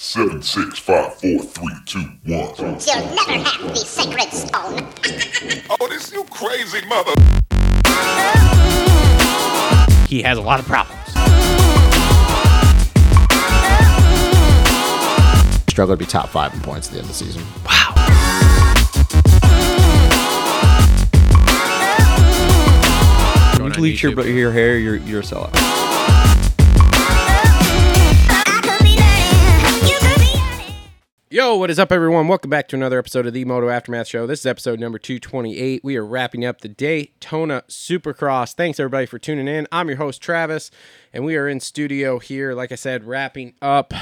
Seven, six, five, four, three, two, one. You'll never have the sacred stone. Oh, this you crazy mother. He has a lot of problems. Struggle to be top five in points at the end of the season. Going You on bleach your, YouTube. your hair, you're, you're a sellout. Yo, what is up, everyone? Welcome back to another episode of the Moto Aftermath Show. This is episode number 228. We are wrapping up the Daytona Supercross. Thanks, everybody, for tuning in. I'm your host, Travis, and we are in studio here, like I said, wrapping up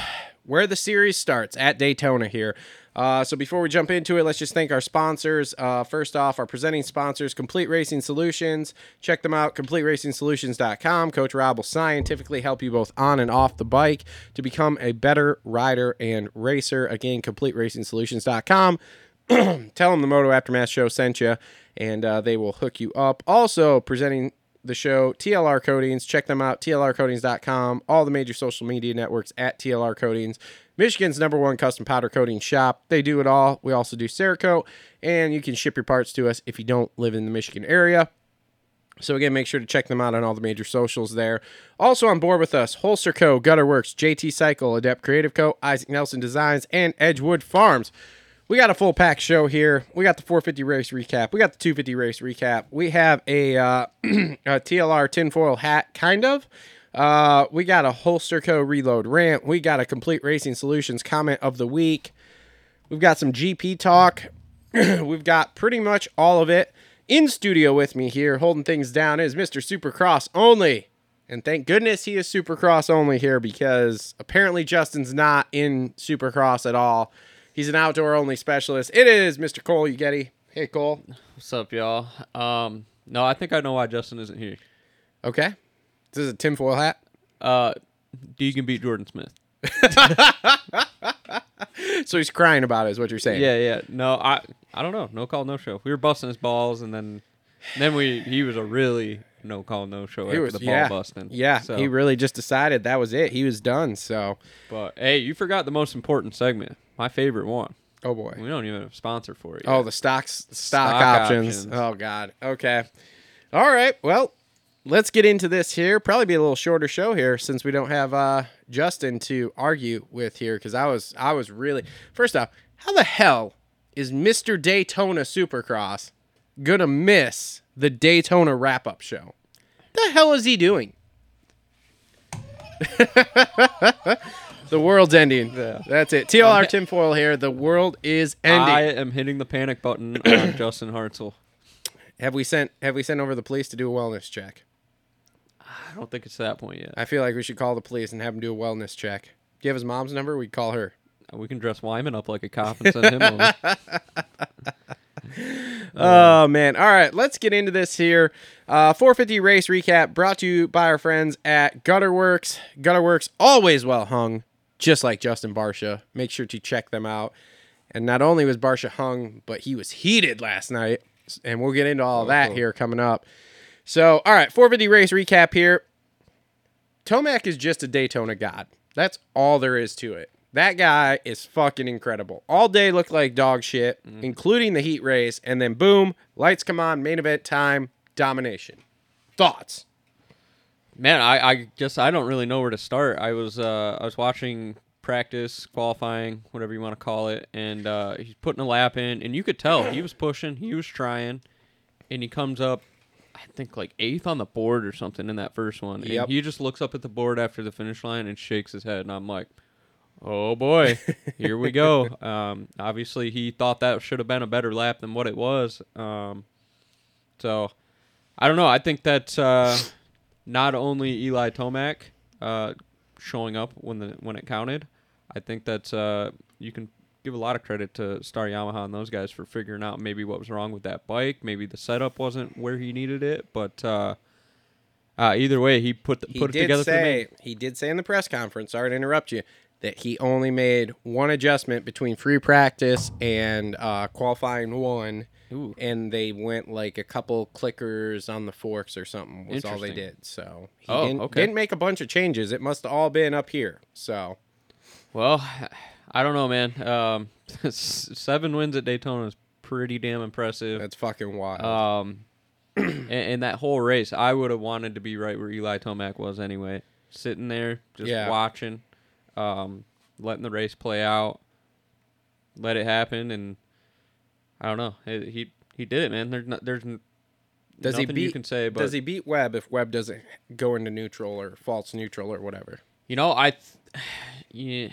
where the series starts at Daytona here. Uh, so before we jump into it, let's just thank our sponsors. Uh, first off, our presenting sponsors, Complete Racing Solutions. Check them out, CompleteRacingSolutions.com. Coach Rob will scientifically help you both on and off the bike to become a better rider and racer. Again, CompleteRacingSolutions.com. Tell them the Moto Aftermath Show sent you, and uh, they will hook you up. Also presenting the show, TLR Coatings. Check them out, TLRCoatings.com. All the major social media networks at TLR Coatings. Michigan's number one custom powder coating shop. They do it all. We also do Cerakote, and you can ship your parts to us if you don't live in the Michigan area. So again, make sure to check them out on all the major socials there. Also on board with us, Holster Co., Gutterworks, JT Cycle, Adept Creative Co., Isaac Nelson Designs, and Edgewood Farms. We got a full pack show here. We got the 450 race recap. We got the 250 race recap. We have a, uh, a TLR tinfoil hat, kind of. Uh, we got a Holster Co. reload rant. We got a complete racing solutions comment of the week. We've got some GP talk. We've got pretty much all of it in studio with me here, holding things down is Mr. Supercross only. And thank goodness he is Supercross only here because apparently Justin's not in Supercross at all. He's an outdoor only specialist. It is Mr. Cole Ugetti. Hey, Cole. What's up, y'all? Um, no, I think I know why Justin isn't here. Okay. This is a tinfoil hat. Uh, you can beat Jordan Smith. So he's crying about it, is what you're saying. Yeah, yeah. No, I, I don't know. No call, no show. We were busting his balls, and then, then we he was a really no call, no show He after was the ball yeah, busting. Yeah. So, He really just decided that was it. He was done. So, but hey, you forgot the most important segment, my favorite one. oh boy. We don't even have a sponsor for it. Oh, yet. the stocks, stock, Stock options. options. Oh God. Okay. All right. Well, let's get into this here. Probably be a little shorter show here since we don't have uh, Justin to argue with here because I was I was really first off, how the hell is Mister Daytona Supercross gonna miss the Daytona wrap up show? The hell is he doing? the world's ending. That's it. TLR tinfoil here. The world is ending. I am hitting the panic button on Justin Hartzell. Have we sent Have we sent over the police to do a wellness check? I don't think it's that point yet. I feel like we should call the police and have them do a wellness check. Do you have his mom's number? We call her. We can dress Wyman up like a cop and send him over. Oh man! All right, let's get into this here. Uh, 450 race recap brought to you by our friends at Gutterworks. Gutterworks always well hung, just like Justin Barsha. Make sure to check them out. And not only was Barsha hung, but he was heated last night, and we'll get into all that here coming up. So, all right, 450 race recap here. Tomac is just a Daytona god. That's all there is to it. That guy is fucking incredible. All day looked like dog shit, including the heat race, and then boom, lights come on, main event time, domination. Thoughts? Man, I, I guess I don't really know where to start. I was uh, I was watching practice, qualifying, whatever you want to call it, and uh, he's putting a lap in, and you could tell he was pushing, he was trying, and he comes up, I think like eighth on the board or something in that first one, Yep. and he just looks up at the board after the finish line and shakes his head, and I'm like, oh boy, here we go. Um, obviously, he thought that should have been a better lap than what it was. Um, so, I don't know. I think that uh, not only Eli Tomac uh, showing up when the when it counted, I think that uh, you can give a lot of credit to Star Yamaha and those guys for figuring out maybe what was wrong with that bike. Maybe the setup wasn't where he needed it, but uh, uh, either way, he put the, He put it did together. for the main- say he did say in the press conference. Sorry to interrupt you. That he only made one adjustment between free practice and uh, qualifying one, Ooh. and they went like a couple clickers on the forks or something was all they Interesting. did. So he Oh, didn't, okay. didn't make a bunch of changes. It must have all been up here. So Well, I don't know, man. Um, s- seven wins at Daytona is pretty damn impressive. That's fucking wild. Um, and, and that whole race, I would have wanted to be right where Eli Tomac was anyway, sitting there just Yeah. watching, um, letting the race play out, let it happen, and I don't know. He he, he did it, man. There's no, there's n- does he nothing beat? you can say, but does he beat Webb if Webb doesn't go into neutral or false neutral or whatever? you know I, th- yeah,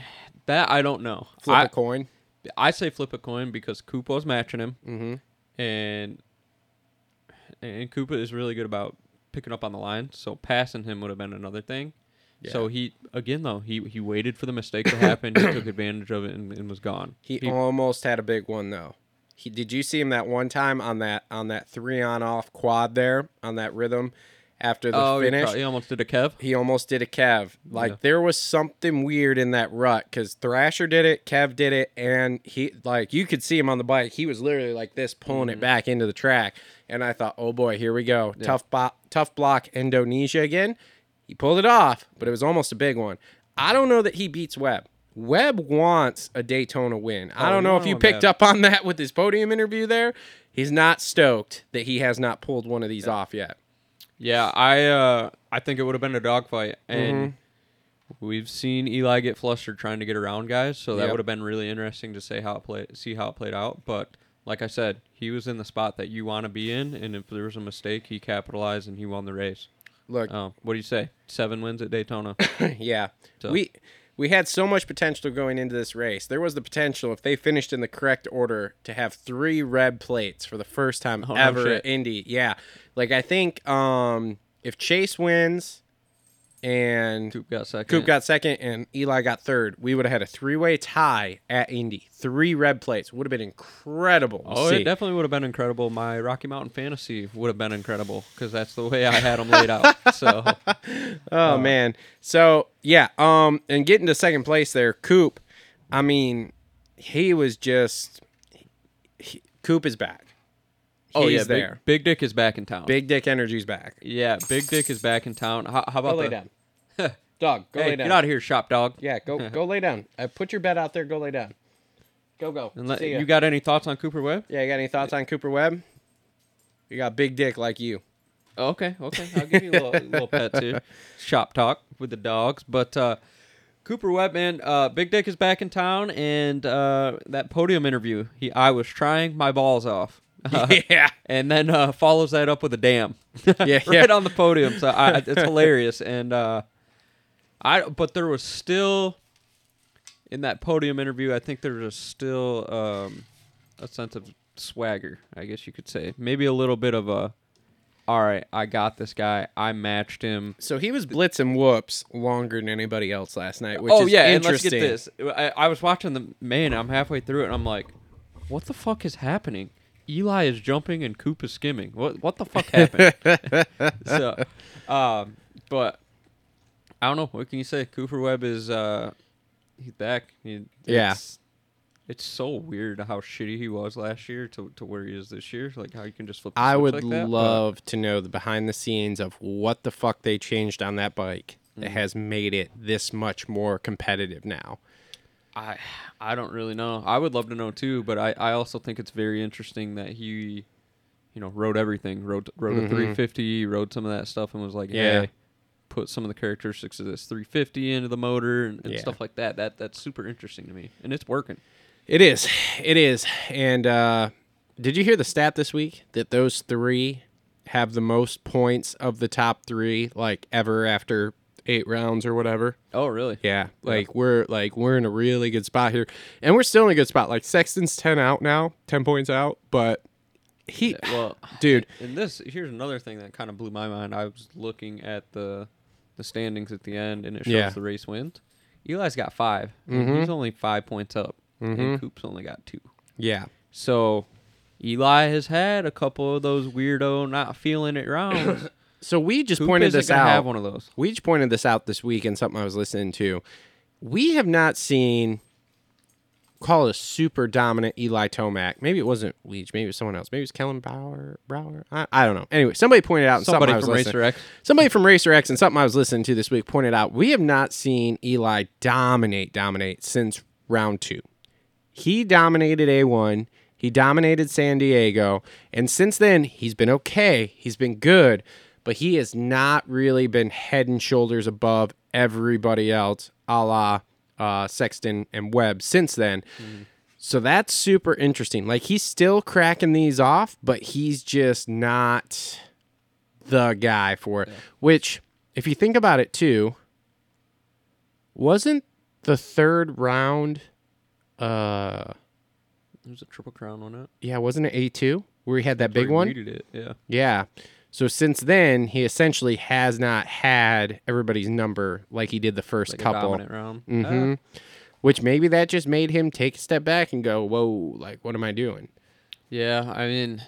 that I don't know. Flip a I- coin. I say flip a coin because Koopa's matching him, mm-hmm. and and Koopa is really good about picking up on the line. So passing him would have been another thing. So he again though he he waited for the mistake to happen. he took advantage of it and, and was gone. He, almost had a big one though. He did you see him that one time on that on that three on off quad there on that rhythm after the oh, he, finish? pro- he almost did a Kev. he almost did a Kev. Like Yeah. there was something weird in that rut because Thrasher did it, Kev did it, and he like you could see him on the bike. He was literally like this, pulling Mm-hmm. it back into the track. And I thought, oh boy, here we go, tough bo- tough block Indonesia again. He pulled it off, but it was almost a big one. I don't know that he beats Webb. Webb wants a Daytona win. I Oh, don't you know if want you one picked bad. up on that with his podium interview there. He's not stoked that he has not pulled one of these off yet. Yeah, I uh I think it would have been a dogfight, and we've seen Eli get flustered trying to get around guys, so that Mm-hmm. Yep. would have been really interesting to say how it played, see how it played out. But like I said, he was in the spot that you want to be in, and if there was a mistake, he capitalized and he won the race. Look, Um, what do you say? Seven wins at Daytona. Yeah. So- We we had so much potential going into this race. There was the potential if they finished in the correct order to have three red plates for the first time Oh, no ever shit. at Indy. Yeah. Like I think um if Chase wins and Coop got second. Coop got second and Eli got third, we would have had a three-way tie at Indy. Three red plates would have been incredible. to Oh, see. it definitely would have been incredible. My Rocky Mountain fantasy would have been incredible because that's the way I had them laid out. So Oh Uh, man. So yeah, um, and getting to second place there, Coop. I mean, he was just he- Coop is back. oh He's yeah, big, there. big Dick is back in town. Big, Dick Energy's back. Yeah, Big Dick is back in town. How, how about Go lay the- down, dog. Go Hey, lay down. get out of here, shop dog. Yeah, go go lay down. I put your bed out there. Go lay down. Go go. And let- See ya. you got any thoughts on Cooper Webb? yeah. You got any thoughts on Cooper Webb? You got big dick like you. Oh, okay, okay. I'll give you a little, little pet too. Shop talk with the dogs. But uh, Cooper Webb, man, uh, Big Dick is back in town, and uh, that podium interview, he I was trying my balls off. Uh-huh. yeah. and then uh, follows that up with a damn. Yeah, right yeah. on the podium. So I, it's hilarious, and uh, I but there was still in that podium interview. I think there was still um, a sense of swagger, I guess you could say, maybe a little bit of a. All right, I got this guy. I matched him. So he was blitzing whoops longer than anybody else last night, which oh is yeah, and let's interesting. get this. I, I was watching the man. I'm halfway through it, and I'm like, "What the fuck is happening?" Eli is jumping and Coop is skimming. What what the fuck happened? so, um, but I don't know. What can you say? Cooper Webb is uh, he's back. He, Yeah. It's, it's so weird how shitty he was last year to, to where he is this year. Like how you can just flip. the I switch would like that, but- love to know the behind the scenes of what the fuck they changed on that bike that has made it this much more competitive now. I I don't really know. I would love to know too, but I, I also think it's very interesting that he, you know, rode everything, rode rode a 350, rode some of that stuff, and was like, Mm-hmm. Yeah. hey, put some of the characteristics of this 350 into the motor and, and Yeah. stuff like that. That that's super interesting to me, and it's working. It is. It is. And uh did you hear the stat this week that those 3 have the most points of the top 3 like ever after 8 rounds or whatever? Oh really? Yeah, like we're like we're in a really good spot here, and we're still in a good spot. Like Sexton's ten out now, ten points out, but he, Well, dude, and this here's another thing that kind of blew my mind. I was looking at the the standings at the end, and it shows Yeah. Mm-hmm. the race wins. Eli's got 5 and He's only five points up, and Coop's only got two. yeah, So Eli has had a couple of those weirdo not feeling it rounds. So we just Coop pointed isn't this gonna out. have one of those. We just pointed this out this week in something I was listening to. We have not seen call it a super dominant Eli Tomac. Maybe it wasn't Leach. Maybe it was someone else. Maybe it was Kellen Bauer. Brower. I, I don't know. Anyway, somebody pointed out in Somebody something I was from listening- Racer X. Somebody from Racer X and something I was listening to this week pointed out we have not seen Eli dominate dominate since round two. He dominated A1. He dominated San Diego. And since then, he's been okay. He's been good, but he has not really been head and shoulders above everybody else, a la uh, Sexton and Webb since then. So that's super interesting. Like he's still cracking these off, but he's just not the guy for it. Which, if you think about it too, wasn't the third round uh There's a triple crown on it. yeah, wasn't it A two where he had that big Pretty one? weeded it, Yeah. Yeah. So since then, he essentially has not had everybody's number like he did the first Like a couple. dominant round. Mm-hmm. Ah, Which maybe that just made him take a step back and go, "Whoa, like what am I doing?" yeah. I mean,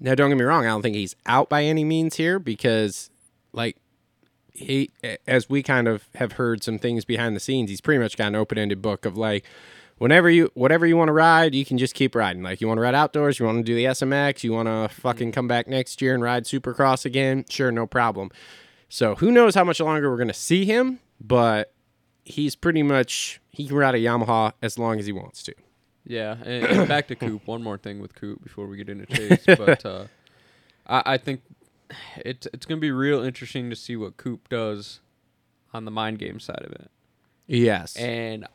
Now, don't get me wrong. I don't think he's out by any means here because, like, he, as we kind of have heard some things behind the scenes, he's pretty much got an open ended book of like, whenever you, whatever you want to ride, you can just keep riding. Like, you want to ride outdoors, you want to do the SMX, you want to fucking come back next year and ride supercross again. Sure, no problem. So, who knows how much longer we're going to see him, but he's pretty much, he can ride a Yamaha as long as he wants to. Yeah, and, and back to Coop. One more thing with Coop before we get into Chase, but uh, I, I think it's it's gonna be real interesting to see what Coop does on the mind game side of it, Yes. and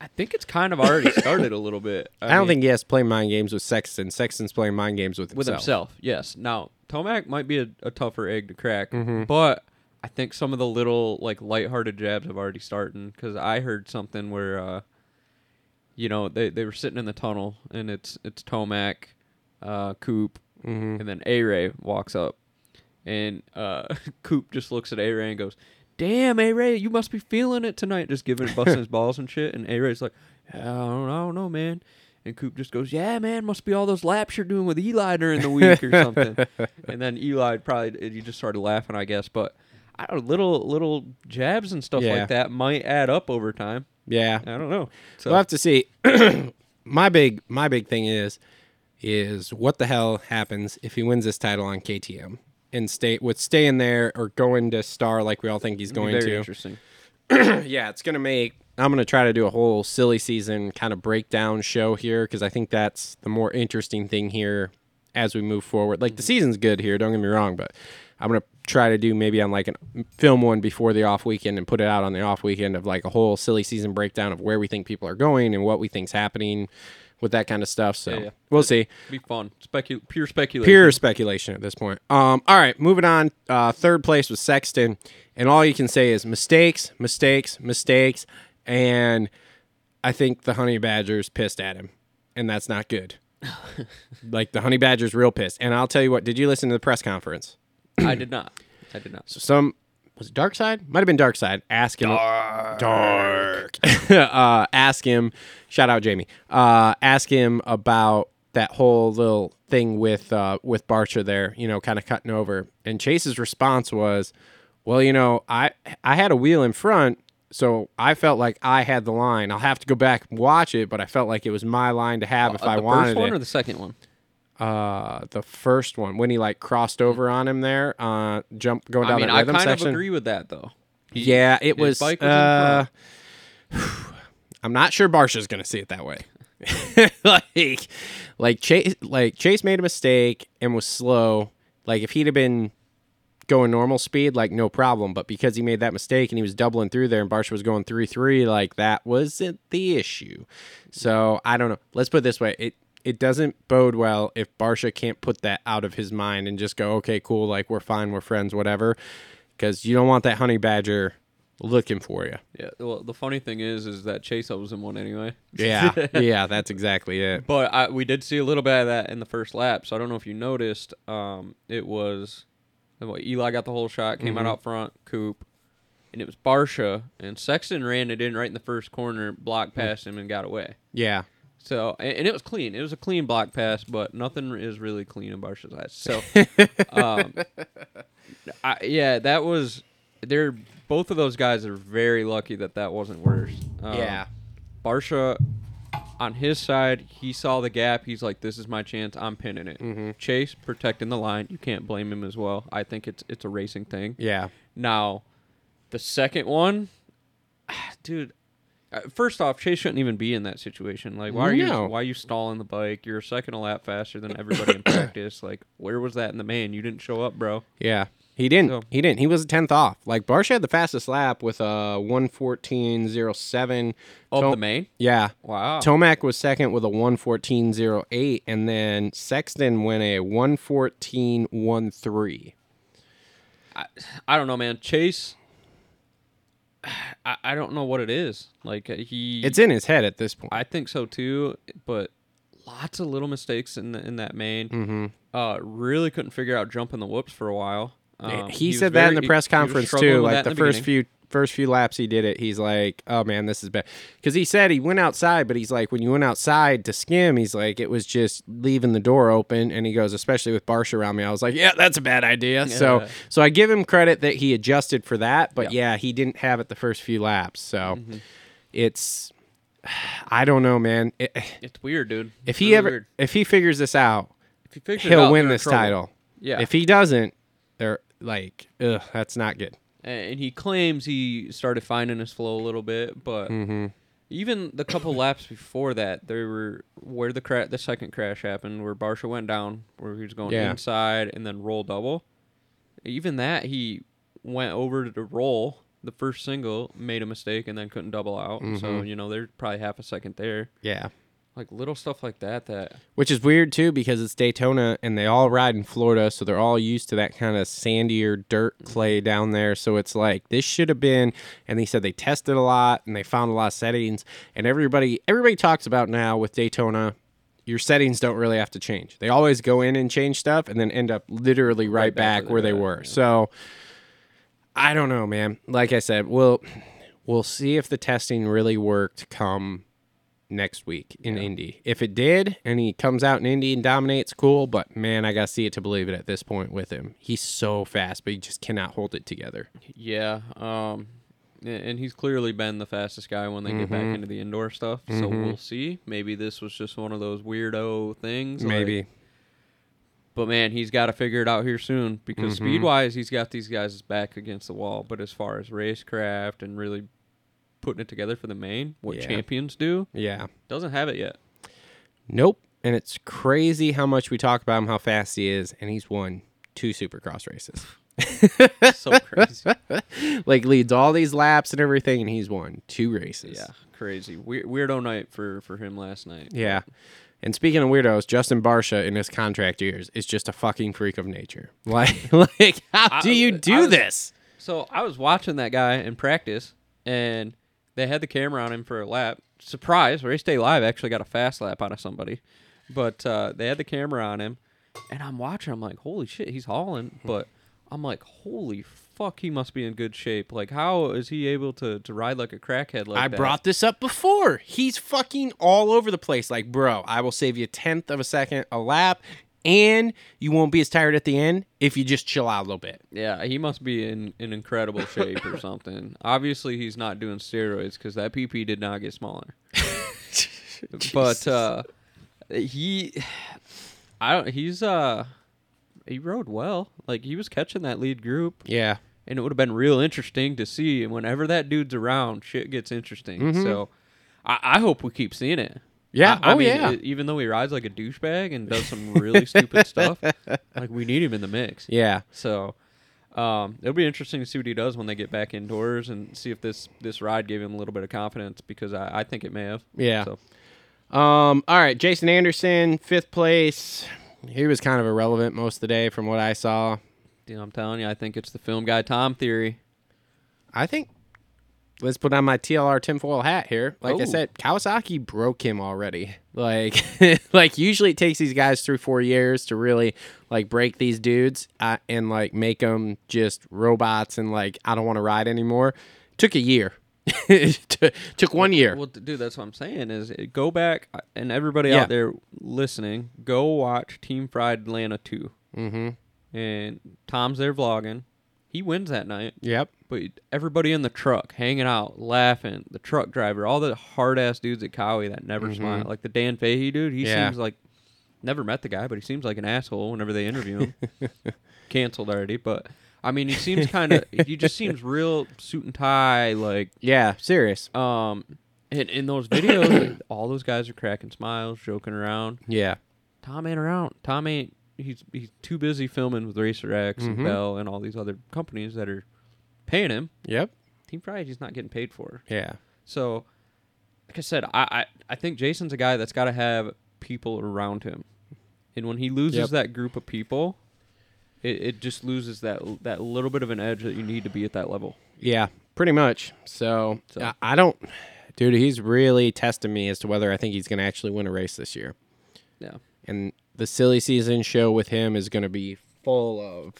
I think it's kind of already started a little bit. I, don't mean, think he has to play mind games with Sexton. Sexton's playing mind games with himself. with himself. Yes. Now Tomac might be a, a tougher egg to crack, but I think some of the little like lighthearted jabs have already started because I heard something where, uh, you know, they, they were sitting in the tunnel and it's it's Tomac, uh, Coop, and then A Ray walks up, and uh, Coop just looks at A Ray and goes. Damn, A Ray, you must be feeling it tonight. Just giving, busting his balls and shit. And A Ray's like, I don't, I don't know, man. And Coop just goes, "Yeah, man, must be all those laps you're doing with Eli during the week or something." and then Eli probably you just started laughing, I guess. But I don't know, little little jabs and stuff Yeah. like that might add up over time. Yeah. I don't know. So We'll have to see. my big my big thing is is what the hell happens if he wins this title on KTM and stay with staying there or going to Star like we all think he's going very to. interesting. yeah, it's gonna make. I'm gonna try to do a whole silly season kind of breakdown show here because I think that's the more interesting thing here as we move forward. Mm-hmm. Like the season's good here, don't get me wrong, but I'm gonna try to do maybe on like a film one before the off weekend and put it out on the off weekend of like a whole silly season breakdown of where we think people are going and what we think's happening with that kind of stuff. So Yeah, yeah. we'll see. Be fun. Specu- pure speculation. Pure speculation at this point. Um, all right, moving on. Uh, third place was Sexton, and all you can say is mistakes, mistakes, mistakes, and I think the honey badger's pissed at him, and that's not good. like the honey badger's real pissed. And I'll tell you what. Did you listen to the press conference? I did not. I did not. So some was it Dark Side? Might have been Dark Side. Ask him. Dark. uh, ask him. Shout out Jamie. Uh, ask him about that whole little thing with uh, with Barcher there. You know, kind of cutting over. And Chase's response was, "Well, you know, I I had a wheel in front." So I felt like I had the line. I'll have to go back and watch it, but I felt like it was my line to have if Uh, I the wanted first one it or the second one? uh, the first one when he like crossed over on him there, uh, jump going down I mean, that I rhythm kind section. of agree with that though. He- Yeah, it his was. bike was in uh, front. I'm not sure Barsha's gonna see it that way. like, like Chase, like Chase made a mistake and was slow. Like if he'd have been going normal speed, like no problem. But because he made that mistake and he was doubling through there, and Barsha was going three three, like that wasn't the issue. So I don't know. Let's put it this way: it it doesn't bode well if Barsha can't put that out of his mind and just go, okay, cool, like we're fine, we're friends, whatever. Because you don't want that honey badger looking for you. Yeah. Well, the funny thing is, is that Chase was in one anyway. Yeah, yeah, that's exactly it. But I, we did see a little bit of that in the first lap. So I don't know if you noticed. Um, it was what, Eli got the whole shot, came Mm-hmm. out out front, Coop, and it was Barsha and Sexton ran it in right in the first corner, Mm. blocked past him and got away. Yeah, So and, and it was clean. It was a clean block pass, but nothing is really clean in Barsha's eyes. So, um, I, yeah, that was. They're both of those guys are very lucky that that wasn't worse. Um, yeah. Barsha, on his side, he saw the gap. He's like, "This is my chance. I'm pinning it." Chase protecting the line. You can't blame him as well. I think it's it's a racing thing. Yeah. Now, the second one, ah, dude. uh, First off, Chase shouldn't even be in that situation. Like, why are No. you why are you stalling the bike? You're a second a lap faster than everybody in practice. Like, where was that in the man? You didn't show up, bro. Yeah. He didn't. So- He didn't. He was tenth off. Like Barsha had the fastest lap with a one fourteen zero seven. Of Oh, the main? Yeah. Wow. Tomac was second with a one fourteen zero eight, and then Sexton went a one fourteen one three. I don't know, man. Chase, I, I don't know what it is. Like uh, he, It's in his head at this point. I think so too, but lots of little mistakes in the, in that main. Mm-hmm. Uh, really couldn't figure out jumping the whoops for a while. Um, he, was said that in very- the press he- he was conference struggling too. with Like that the, in first beginning. few first few laps he did it, he's like, "Oh man, this is bad." Because he said he went outside, but he's like, when you went outside to skim, he's like, it was just leaving the door open. And he goes, especially with Barsha around me, I was like, yeah, that's a bad idea. So Yeah. so I give him credit that he adjusted for that, but yeah, he didn't have it the first few laps. So Mm-hmm. it's. I don't know, man. It- It's weird, dude. if It's he really ever, weird. if he figures this out, if he figures it he'll out, win they're in this trouble. title. Yeah. If he doesn't, they're like, ugh, that's not good. and he claims he started finding his flow a little bit, but even the couple laps before that, there were where the cra- the second crash happened, where Barsha went down, where he was going Yeah. inside and then roll double. Even that, he went over to the roll the first single, made a mistake, and then couldn't double out. So you know there's probably half a second there, Yeah. like little stuff like that. That Which is weird too because it's Daytona and they all ride in Florida, so they're all used to that kind of sandier dirt clay down there. So it's like this should have been and they said they tested a lot and they found a lot of settings and everybody everybody talks about now with Daytona your settings don't really have to change. They always go in and change stuff and then end up literally right, back, back where where they they're at, were. So I don't know, man. Like I said, we'll we'll see if the testing really worked come next week in Indy. If it did, and he comes out in Indy and dominates, cool. But man, I gotta see it to believe it at this point with him. He's so fast, but he just cannot hold it together. yeah, um, a- and he's clearly been the fastest guy when they get back Mm-hmm. into the indoor stuff. So we'll see. Maybe this was just one of those weirdo things. like- Maybe. But man, he's got to figure it out here soon because Mm-hmm. speed wise, he's got these guys back against the wall. But as far as racecraft and really putting it together for the main, what Yeah. champions do, Yeah. doesn't have it yet. Nope. And it's crazy how much we talk about him, how fast he is, and he's won two supercross races. so crazy. like leads all these laps and everything, and he's won two races. Yeah, crazy. Weir- weirdo night for for him last night. Yeah. And speaking of weirdos, Justin Barsha in his contract years is just a fucking freak of nature. Like, like how do you do I was- this? So I was watching that guy in practice, and they had the camera on him for a lap. Surprise! Race Day Live actually got a fast lap out of somebody, but uh, they had the camera on him, and I'm watching. I'm like, holy shit, he's Hmm. hauling! But I'm like, holy fuck, he must be in good shape. Like, how is he able to to ride like a crackhead like I that? brought this up before. He's fucking all over the place. Like, bro, I will save you a tenth of a second a lap, and you won't be as tired at the end if you just chill out a little bit. Yeah, he must be in, in incredible shape or something. Obviously, he's not doing steroids because that PP did not get smaller. but uh, he, I don't. He's uh, he rode well. Like he was catching that lead group, Yeah. and it would have been real interesting to see. And whenever that dude's around, shit gets interesting. So, I, I hope we keep seeing it. Mm-hmm. Yeah. I, I oh, mean, yeah. e- even though he rides like a douchebag and does some really stupid stuff, like we need him in the mix. yeah. So um, it'll be interesting to see what he does when they get back indoors and see if this this ride gave him a little bit of confidence because I, I think it may have. Yeah. So, Um, all right, Jason Anderson, fifth place. He was kind of irrelevant most of the day from what I saw. you know, I'm telling you, I think it's the film guy Tom theory. I think let's put on my TLR tinfoil hat here. Like I Oh. said, Kawasaki broke him already. Like, like usually it takes these guys through four years to really like break these dudes uh, and like make them just robots and like I don't want to ride anymore. Took a year. T- took one year. Well, d- dude, that's what I'm saying is uh, go back uh, and everybody Yeah. out there listening, go watch Team Fried Atlanta 2. Mm-hmm. And Tom's there vlogging. He wins that night. Yep. But everybody in the truck hanging out, laughing. The truck driver, all the hard ass dudes at Cowie that never smile. Like the Dan Fahey dude, he Yeah. seems like never met the guy, but he seems like an asshole whenever they interview him. Canceled already, but I mean, he seems kind of. he just seems real suit and tie, like Yeah, serious. Uh, um. And in those videos, like, all those guys are cracking smiles, joking around. Yeah. Tom ain't around. Tom ain't. He's he's too busy filming with Racer X and Bell and all these other companies that are paying him. Yep. He probably just not getting paid for. Yeah. So, like I said, I I, I think Jason's a guy that's got to have people around him, and when he loses Yep. that group of people, it, it just loses that that little bit of an edge that you need to be at that level. Yeah, pretty much. So, I, I don't, dude. He's really testing me as to whether I think he's going to actually win a race this year. Yeah. And the silly season show with him is going to be full of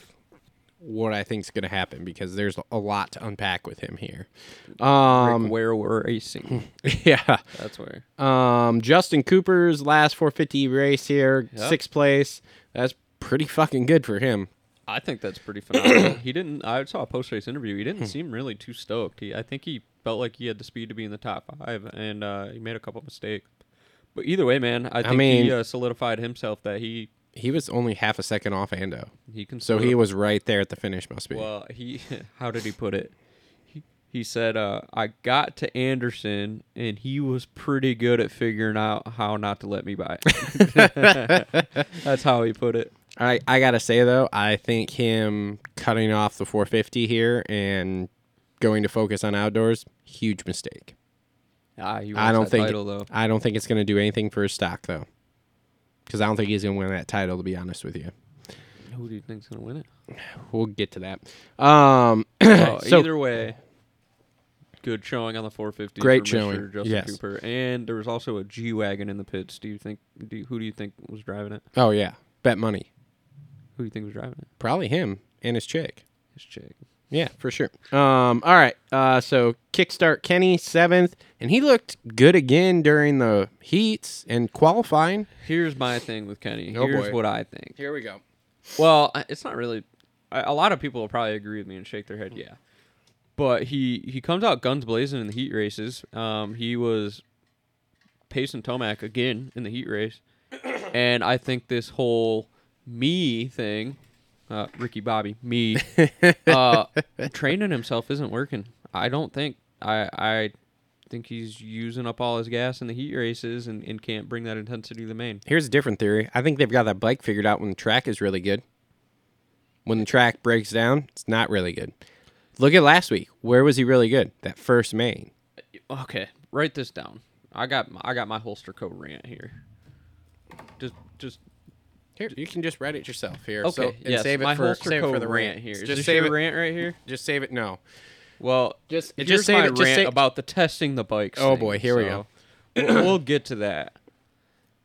what I think's going to happen because there's a lot to unpack with him here. Um, where we're racing. yeah. that's where. Um, Justin Cooper's last 450 race here, Yeah. sixth place. That's pretty fucking good for him. I think that's pretty phenomenal. he didn't. I saw a post race interview. He didn't seem really too stoked. He, I think he felt like he had the speed to be in the top five, and uh, he made a couple mistakes. But either way, man, I think mean- he uh, solidified himself that he He was only half a second off Ando, he can. so he was right there at the finish. Must be. Well, he how did he put it? He, he said, uh, "I got to Anderson, and he was pretty good at figuring out how not to let me by." That's how he put it. I, I gotta say though, I think him cutting off the 450 here and going to focus on outdoors, huge mistake. Ah, he wants I don't that think title, though. I don't think it's gonna do anything for his stock though, because I don't think he's gonna win that title. To be honest with you, Who do you think's gonna win it? we'll get to that. Um, Well, So- Oh, either way, good showing on the 450. Great for showing, Mr. Justin yes. Cooper, and there was also a G wagon in the pits. Do you think? Do you- who do you think was driving it? oh yeah, bet money, Who do you think was driving it? probably him and his chick. His chick. Yeah, for sure. Um, all right. Uh, so kickstart Kenny seventh, and he looked good again during the heats and qualifying. Here's my thing with Kenny. Oh, Here's boy. what I think. Here we go. Well, I- it's not really. I- A lot of people will probably agree with me and shake their head. Yeah, but he he comes out guns blazing in the heat races. Um, he was pacing Tomac again in the heat race, and I think this whole me thing, uh, Ricky Bobby me, uh, training himself isn't working. I don't think I I think he's using up all his gas in the heat races and, and can't bring that intensity to the main. Here's a different theory. I think they've got that bike figured out when the track is really good. When the track breaks down, it's not really good. Look at last week. Where was he really good? That first main. Okay, write this down. I got my, I got my holster coat rant here. Just just Here, you can just write it yourself here. okay. yes, my holster coat rant here. Is this your rant right here? Just save it. No. Well, Just- just just here's save my it, just rant save- about the testing the bikes. Oh, thing, boy, here we go. so We'll, we'll get to that.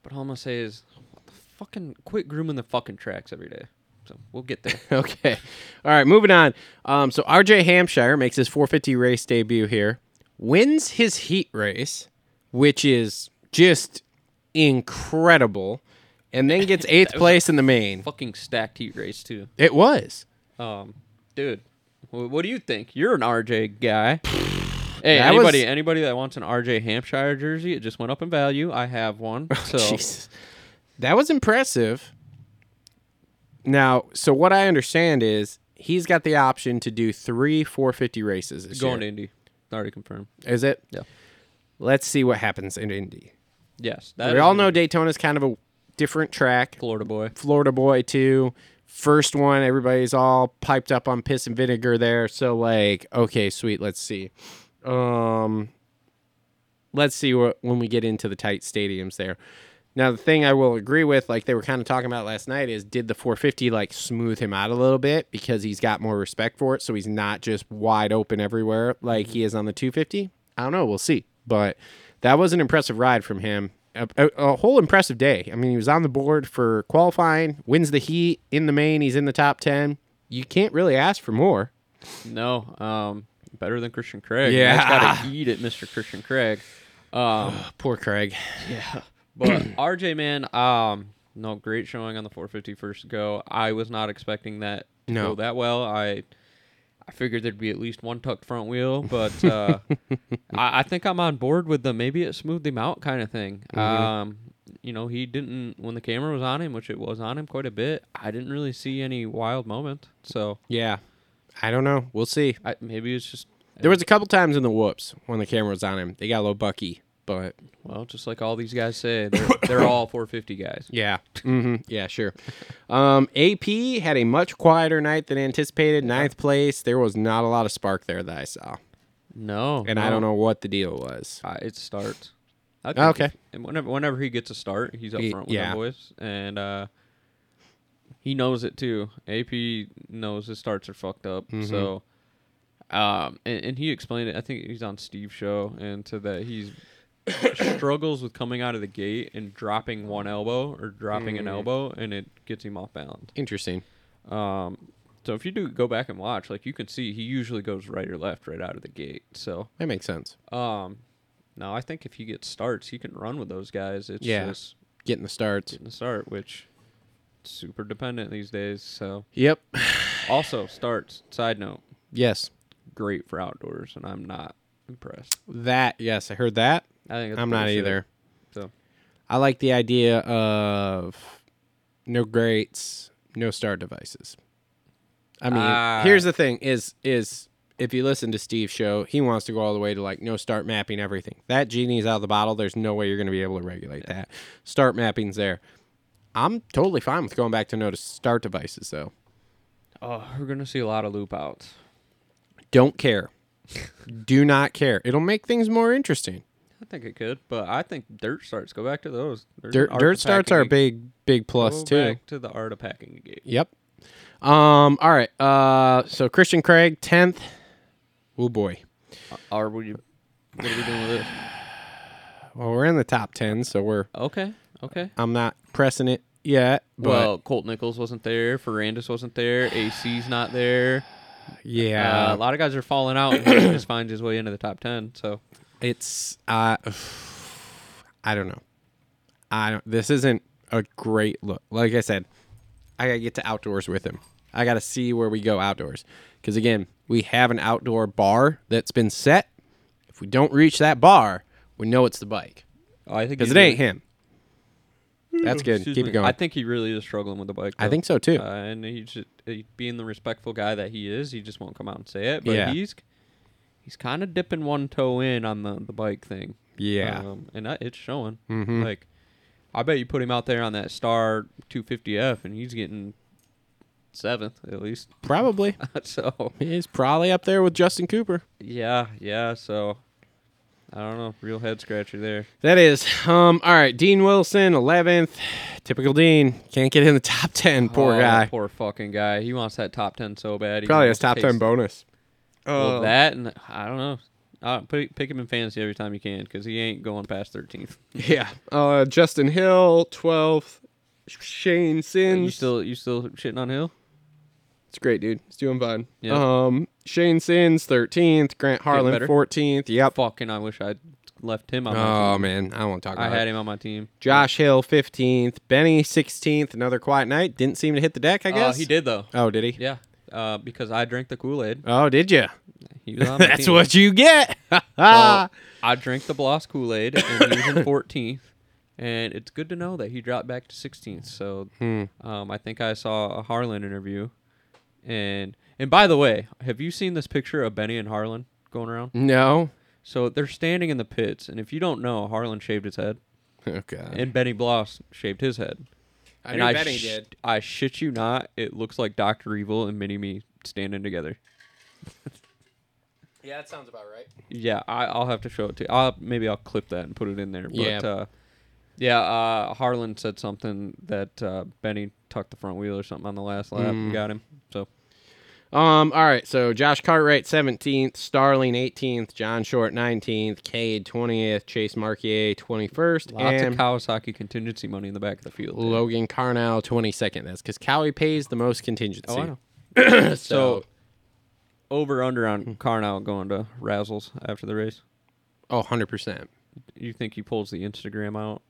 But all I'm gonna say is, what the fucking quit grooming the fucking tracks every day. So we'll get there. Okay. All right, moving on. Um, so RJ Hampshire makes his 450 race debut here, wins his heat race, which is just incredible, and then gets eighth place in the main. fucking stacked heat race too. It was. Um, dude, wh- what do you think? You're an RJ guy. hey, That anybody, was- anybody that wants an RJ Hampshire jersey, it just went up in value. I have one. So Oh, Jesus. That was impressive. Now, so what I understand is he's got the option to do three 450 races this going to year. Indy, already confirmed. Is it? Yeah. Let's see what happens in Indy. Yes, that we is all me, know Daytona's kind of a different track. Florida boy. Florida boy too. First one, everybody's all piped up on piss and vinegar there. So like, okay, sweet, let's see. Um let's see what when we get into the tight stadiums there. Now the thing I will agree with, like they were kind of talking about last night, is did the 450 like smooth him out a little bit because he's got more respect for it, so he's not just wide open everywhere like he is on the 250. I don't know, we'll see. But that was an impressive ride from him. A, a, a whole impressive day. I mean, he was on the board for qualifying, wins the heat in the main. He's in the top ten. You can't really ask for more. No, um, better than Christian Craig. Yeah. that's gotta eat it, Mister Christian Craig. Um, Poor Craig. but RJ man, um, no great showing on the 450 first go. I was not expecting that to No. go that well. I I figured there'd be at least one tucked front wheel, but uh, I, I think I'm on board with the maybe it smoothed him out kind of thing. Mm-hmm. Um, you know, he didn't when the camera was on him, which it was on him quite a bit. I didn't really see any wild moment, so Yeah. I don't know. We'll see. I, maybe it's just There was a couple times in the whoops when the camera was on him. They got a little bucky, but well, just like all these guys say, they're, they're all 450 guys. yeah. hmm Yeah, sure. Um, AP had a much quieter night than anticipated. Ninth place. There was not a lot of spark there that I saw. No, And I no. don't know what the deal was. Uh, it starts. I Oh, think okay. if- and whenever whenever he gets a start, he's up He- front with yeah. the boys, and uh, he knows it too. AP knows his starts are fucked up, Mm-hmm. so. Um, and, and he explained it. I think he's on Steve's show, and to that he's struggles with coming out of the gate and dropping one elbow or dropping Mm. an elbow, and it gets him off balance. Interesting. Um, so if you do go back and watch, like you can see, he usually goes right or left right out of the gate. So That makes sense. um, no, I think if he gets starts, he can run with those guys. It's Yeah. just Getting the starts. getting a start, which is super dependent these days. So Yep. also starts. Side note, Yes. great for outdoors, and I'm not impressed. That. Yes, I heard that. I think it's I'm not bullshit. either. So I like the idea of no grates, no star devices. I mean, Ah. here's the thing: is is if you listen to Steve's show, he wants to go all the way to like no start mapping everything. That genie's out of the bottle. There's no way you're going to be able to regulate that. Start mapping's there. I'm totally fine with going back to no start devices though. oh, we're gonna see a lot of loop outs. Don't care. Do not care. It'll make things more interesting. I think it could, but I think dirt starts. Go back to those. There's an Dirt, art dirt to starts packing are a- a big big Go plus too. Back to the art of packing a gate. Yep. Um. All right. Uh. So Christian Craig, tenth. Oh boy. Are we? What are we doing with this? Well, we're in the top ten, so we're. Okay. Okay. I'm not pressing it yet. But well, uh, Colt Nichols wasn't there. Ferrandis wasn't there. AC's not there. Uh, yeah, a lot of guys are falling out, and he just finds his way into the top ten. So it's. Uh, I don't know. I don't. This isn't a great look. Like I said, I gotta get to outdoors with him. I gotta see where we go outdoors, because again, we have an outdoor bar that's been set. If we don't reach that bar, we know it's the bike. I think because it ain't him. That's good. Keep it going. Hmm, I think he really is struggling with the bike. I though. think so, too. Uh, and he just he, being the respectful guy that he is, he just won't come out and say it. But Yeah. he's he's kind of dipping one toe in on the the bike thing. Yeah. Mm-hmm. um, and that, it's showing. Like, I bet you put him out there on that Star 250F, and he's getting seventh at least. probably so he's probably up there with Justin Cooper. yeah, yeah. So I don't know, real head scratcher there. That is. Um. All right. Dean Wilson, eleventh. Typical Dean can't get in the top ten. Poor Oh, guy. Poor fucking guy. He wants that top ten so bad. He probably almost has top takes- ten Oh. bonus. Oh. Well, that and I don't know. Uh, pick, pick him in fantasy every time you can because he ain't going past thirteenth. Yeah. Uh. Justin Hill, twelfth. Shane You Sins. still you still shitting on Hill? it's great, dude. It's doing fine. Yeah. Um. Shane Sins, thirteenth. Grant Harlan, better. fourteenth. Yep. Fucking, I wish I left him on. my Oh team. man, I won't talk I about it. had him on my team. Josh Hill, 15th. Benny, 16th. Another quiet night. Didn't seem to hit the deck, I Uh, guess. he did though. Oh, did he? Yeah, uh, because I drank the Kool Aid. Oh, did you? He was on my That's team. what you get. Well, I drank the Bloss Kool Aid and he was in 14th. And it's good to know that he dropped back to 16th. So um, I think I saw a Harlan interview. And and by the way, have you seen this picture of Benny and Harlan going around? Hmm. no. So they're standing in the pits. And if you don't know, Harlan shaved his head Oh, God. and Benny Bloss shaved his head. and I sh- I shit you not, it looks like Dr. Evil and Mini Me standing together. Yeah, that sounds about right. Yeah, I, I'll have to show it to you. I'll, maybe I'll clip that and put it in there. But, Yeah. Uh, yeah, uh, Harlan said something that uh, Benny tucked the front wheel or something on the last lap Mm. and got him. So Um, all right. So Josh Cartwright, 17th. Starling, 18th. John Short, 19th. Cade, 20th. Chase Marquier, 21st. lots and of Kawasaki contingency money in the back of the field. dude. Logan Carnell, 22nd. That's because Cowie pays the most contingency. Oh, I know. so, over under Hmm. on Carnell going to Razzles after the race. Oh, 100%. You think he pulls the Instagram out?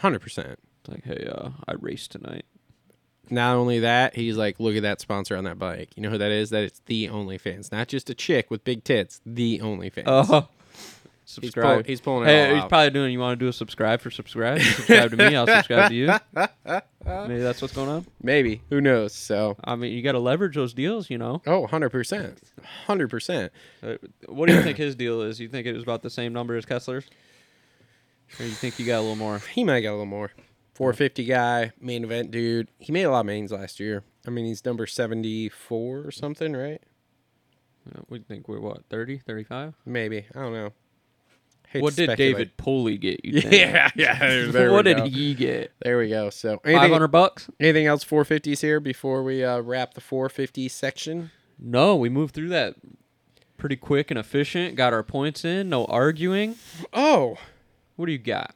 100%. It's like, hey, uh, I raced tonight. Not only that, he's like, look at that sponsor on that bike. You know who that is? That it's the OnlyFans, not just a chick with big tits. The OnlyFans. Oh. he's, Subscribe. pull, he's pulling it Hey, all he's out. probably doing. You want to do a subscribe for subscribe? You subscribe to me. I'll subscribe to you. Maybe that's what's going on. Maybe who knows? So, I mean, you got to leverage those deals. You know. oh, 100 percent, hundred percent. Uh, What do you think his deal is? You think it was about the same number as Kessler's? Or you think you got a little more? He might get a little more. 450 guy, main event dude. He made a lot of mains last year. I mean, he's number 74 or something, right? uh, We think we're what 30, 35? Maybe I don't know. Hate What to did speculate. David Pulley get? You think? Yeah, yeah. There, there what we did go. he get? There we go. So Five anything, hundred bucks? anything else 450s here before we uh, wrap the 450 section? No, we moved through that pretty quick and efficient. Got our points in. No arguing. Oh, What do you got?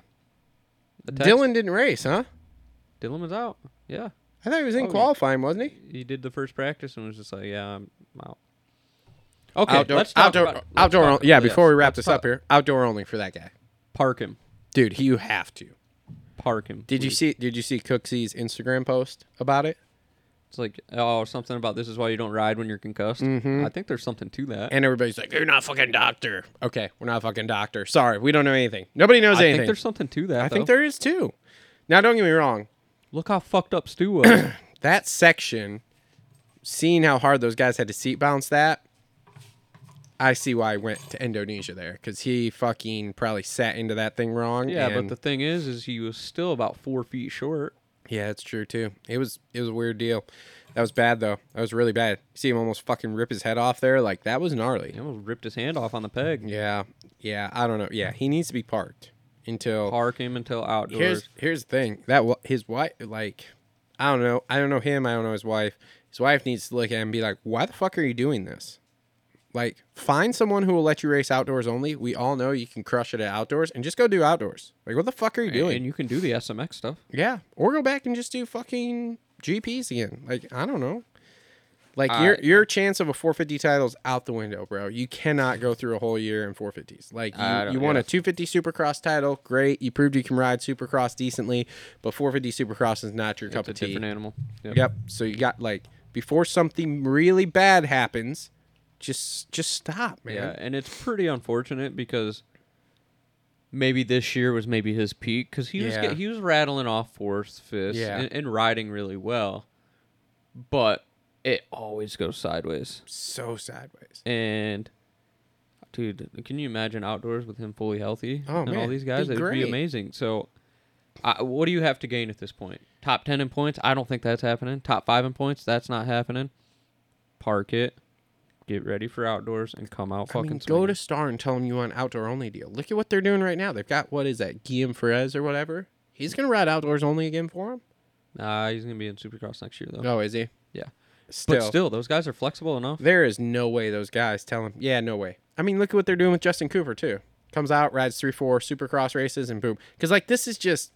The text? Dylan didn't race, huh? Dylan was out. Yeah, I thought he was in Oh, yeah. qualifying, wasn't he? he did the first practice and was just like, "Yeah, I'm out." Okay, outdoor, let's talk outdoor, about it. Let's outdoor. talk on- about yeah, it. before we Yes, wrap let's this up talk- here, outdoor only for that guy, park him, dude. You have to. park him. Did you please. see? Did you see Cooksy's Instagram post about it? It's like, oh, something about this is why you don't ride when you're concussed. Mm-hmm. I think there's something to that. And everybody's like, "You're not a fucking doctor." Okay, we're not a fucking doctor. Sorry, we don't know anything. Nobody knows I anything. think there's something to that. I think though. there is too. Now, don't get me wrong. Look how fucked up Stu was. that section, seeing how hard those guys had to seat bounce that, I see why I went to Indonesia there because he fucking probably sat into that thing wrong. yeah, and- but the thing is, is he was still about four feet short. yeah, it's true too. It was it was a weird deal. That was bad though. That was really bad. See him almost fucking rip his head off there. Like that was He gnarly. almost ripped his hand off on the peg. Yeah, yeah. I don't know. Yeah, he needs to be parked until Park him until outdoors. here's here's the thing that wa- his wife like i don't know i don't know him i don't know his wife his wife needs to look at him and be like why the fuck are you doing this like find someone who will let you race outdoors only we all know you can crush it at outdoors and just go do outdoors like what the fuck are you doing and you can do the SMX stuff. yeah or go back and just do fucking gps again like i don't know like I- your your chance of a 450 title is out the window, bro. You cannot go through a whole year in 450s. Like I you, don't- you won yeah. a 250 Supercross title, great. You proved you can ride Supercross decently, but 450 Supercross is not your cup It's a of tea. different animal. Yep. Yep. So you got like before something really bad happens, just just stop, man. Yeah, and it's pretty unfortunate because maybe this year was maybe his peak because he was Yeah. get, he was rattling off fourth, fifth, Yeah. and, and riding really well, but it always goes sideways. So sideways. And dude, can you imagine outdoors with him fully healthy Oh, and all man, these guys? be It'd be great. amazing. So, I, what do you have to gain at this point? Top ten in points? I don't think that's happening. Top five in points? That's not happening. Park it. Get ready for outdoors and come out I fucking. mean, go swinging. to Star and tell them you want outdoor only deal. Look at what they're doing right now. They've got what is that Guillaume Perez or whatever. He's gonna ride outdoors only again for him. Nah, Uh, he's gonna be in Supercross next year though. Oh, is he? Yeah, Still, but still, those guys are flexible enough. there is no way those guys tell him. Yeah, no way. I mean, look at what they're doing with Justin Cooper too. Comes out, rides three, four Supercross races, and boom. Because like this is just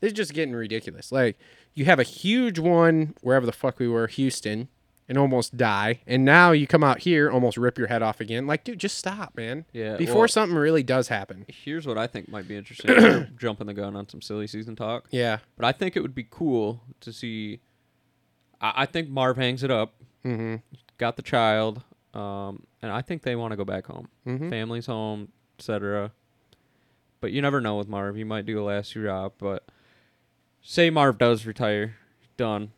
this is just getting ridiculous. Like you have a huge one wherever the fuck we were, Houston, and almost die, and now you come out here, almost rip your head off again. Like, dude, just stop, man. Yeah, Before well- something really does happen. Here's what I think might be interesting: We're jumping the gun on some silly season talk. Yeah. But I think it would be cool to see. I, I think Marv hangs it up. Mm-hmm. Got the child, um, and I think they want to go back home. Mm-hmm. Family's home, etc. But you never know with Marv. He might do a last hurrah. But say Marv does retire, done.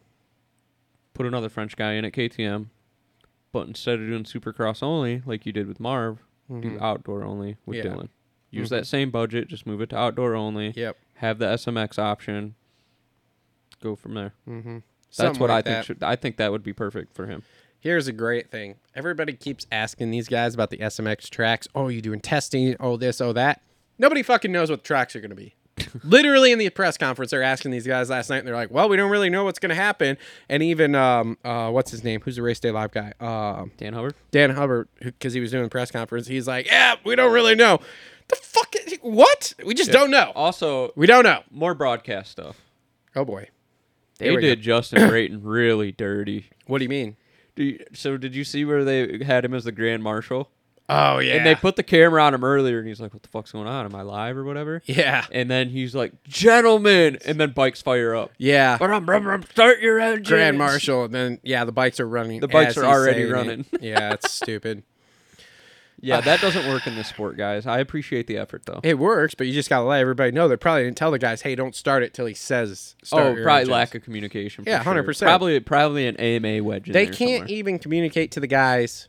Put another French guy in at KTM, but instead of doing Supercross only like you did with Marv, do outdoor only with Mm-hmm. Yeah. Mm-hmm. Dylan. Use that same budget, just move it to outdoor only. Yep. Have the SMX option. Go from there. That's Something what like I think. that. Should, I think Mm-hmm. that would be perfect for him. Here's a great thing. Everybody keeps asking these guys about the SMX tracks. Oh, you doing testing? Oh, this, oh, that. Nobody fucking knows what the tracks are going to be. Literally in the press conference, they're asking these guys last night, and they're like, "Well, we don't really know what's going to happen." And even um, uh, what's his name? Who's the race day live guy? Um, Dan Hubbard. Dan Hubbard, because he was doing the press conference. He's like, "Yeah, we don't really know. The fuck? is- What? We just don't know. Also, We don't know." more broadcast stuff. Oh boy, They we go. did Justin Brayton really dirty. what do you mean? Do you- so did you see where they had him as the grand marshal? Oh yeah. And they put the camera on him earlier, and he's like, "What the fuck's going on? Am I live or whatever?" yeah. And then he's like, "Gentlemen!" And then bikes fire up. Yeah. But I'm rum rum. Start your engines. Grand Marshal, and then yeah, the bikes are running. The bikes as are he's already saying it. running. yeah, it's stupid. Yeah, that doesn't work in this sport, guys. I appreciate the effort though. It works, but you just gotta let everybody know. They probably didn't tell the guys, "Hey, don't start it till he says." Start oh, your probably engines." lack of communication. for Yeah, sure. 100%. Probably, probably an AMA wedge. In They there can't somewhere. even communicate to the guys.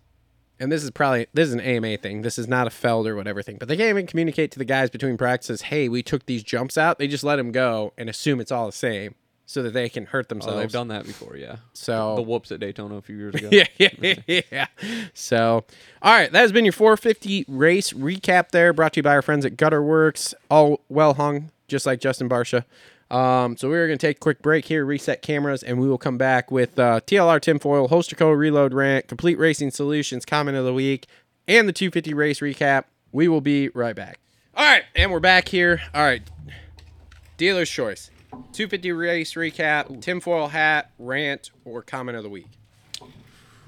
And this is probably this is an AMA thing. This is not a Feld or whatever thing. But they can't even communicate to the guys between practices. Hey, we took these jumps out. They just let them go and assume it's all the same, so that they can hurt Oh, themselves. they've done that before. Yeah. So- the whoops at Daytona a few years ago. yeah, yeah, yeah. So, all right, that has been your 450 race recap. There, brought to you by our friends at Gutterworks. All well hung, just like Justin Barsha. Um, so we are going to take a quick break here, reset cameras, and we will come back with uh, TLR tinfoil, holster code, reload rant, complete racing solutions, comment of the week, and the 250 race recap. We will be right back. All right, and we're back here. All right, dealer's choice. 250 race recap, tinfoil hat, rant, or comment of the week.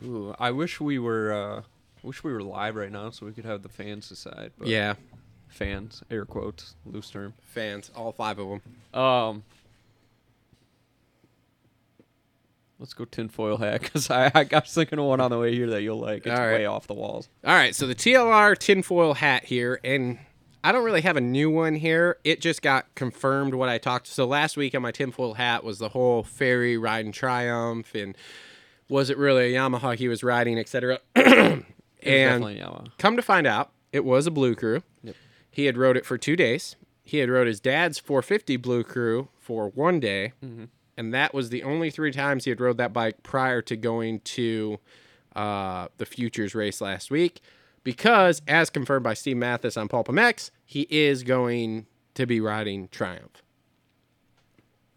Ooh, I wish we were. Uh, wish we were live right now so we could have the fans decide. But Yeah, Fans, air quotes, loose term. fans, all five of them. Um. Let's go tinfoil hat because I, I was thinking of one on the way here that you'll like. It's All right. way off the walls. All right, so the TLR tinfoil hat here, and I don't really have a new one here. It just got confirmed what I talked. So last week on my tinfoil hat was the whole fairy riding triumph, and was it really a Yamaha he was riding, etc. It was and definitely Yamaha. Come to find out, it was a Blue Crew. He had rode it for two days. He had rode his dad's 450 Blue Crew for one day, Mm-hmm. and that was the only three times he had rode that bike prior to going to uh, the Futures race last week. Because, as confirmed by Steve Mathis on Pulp MX, he is going to be riding Triumph.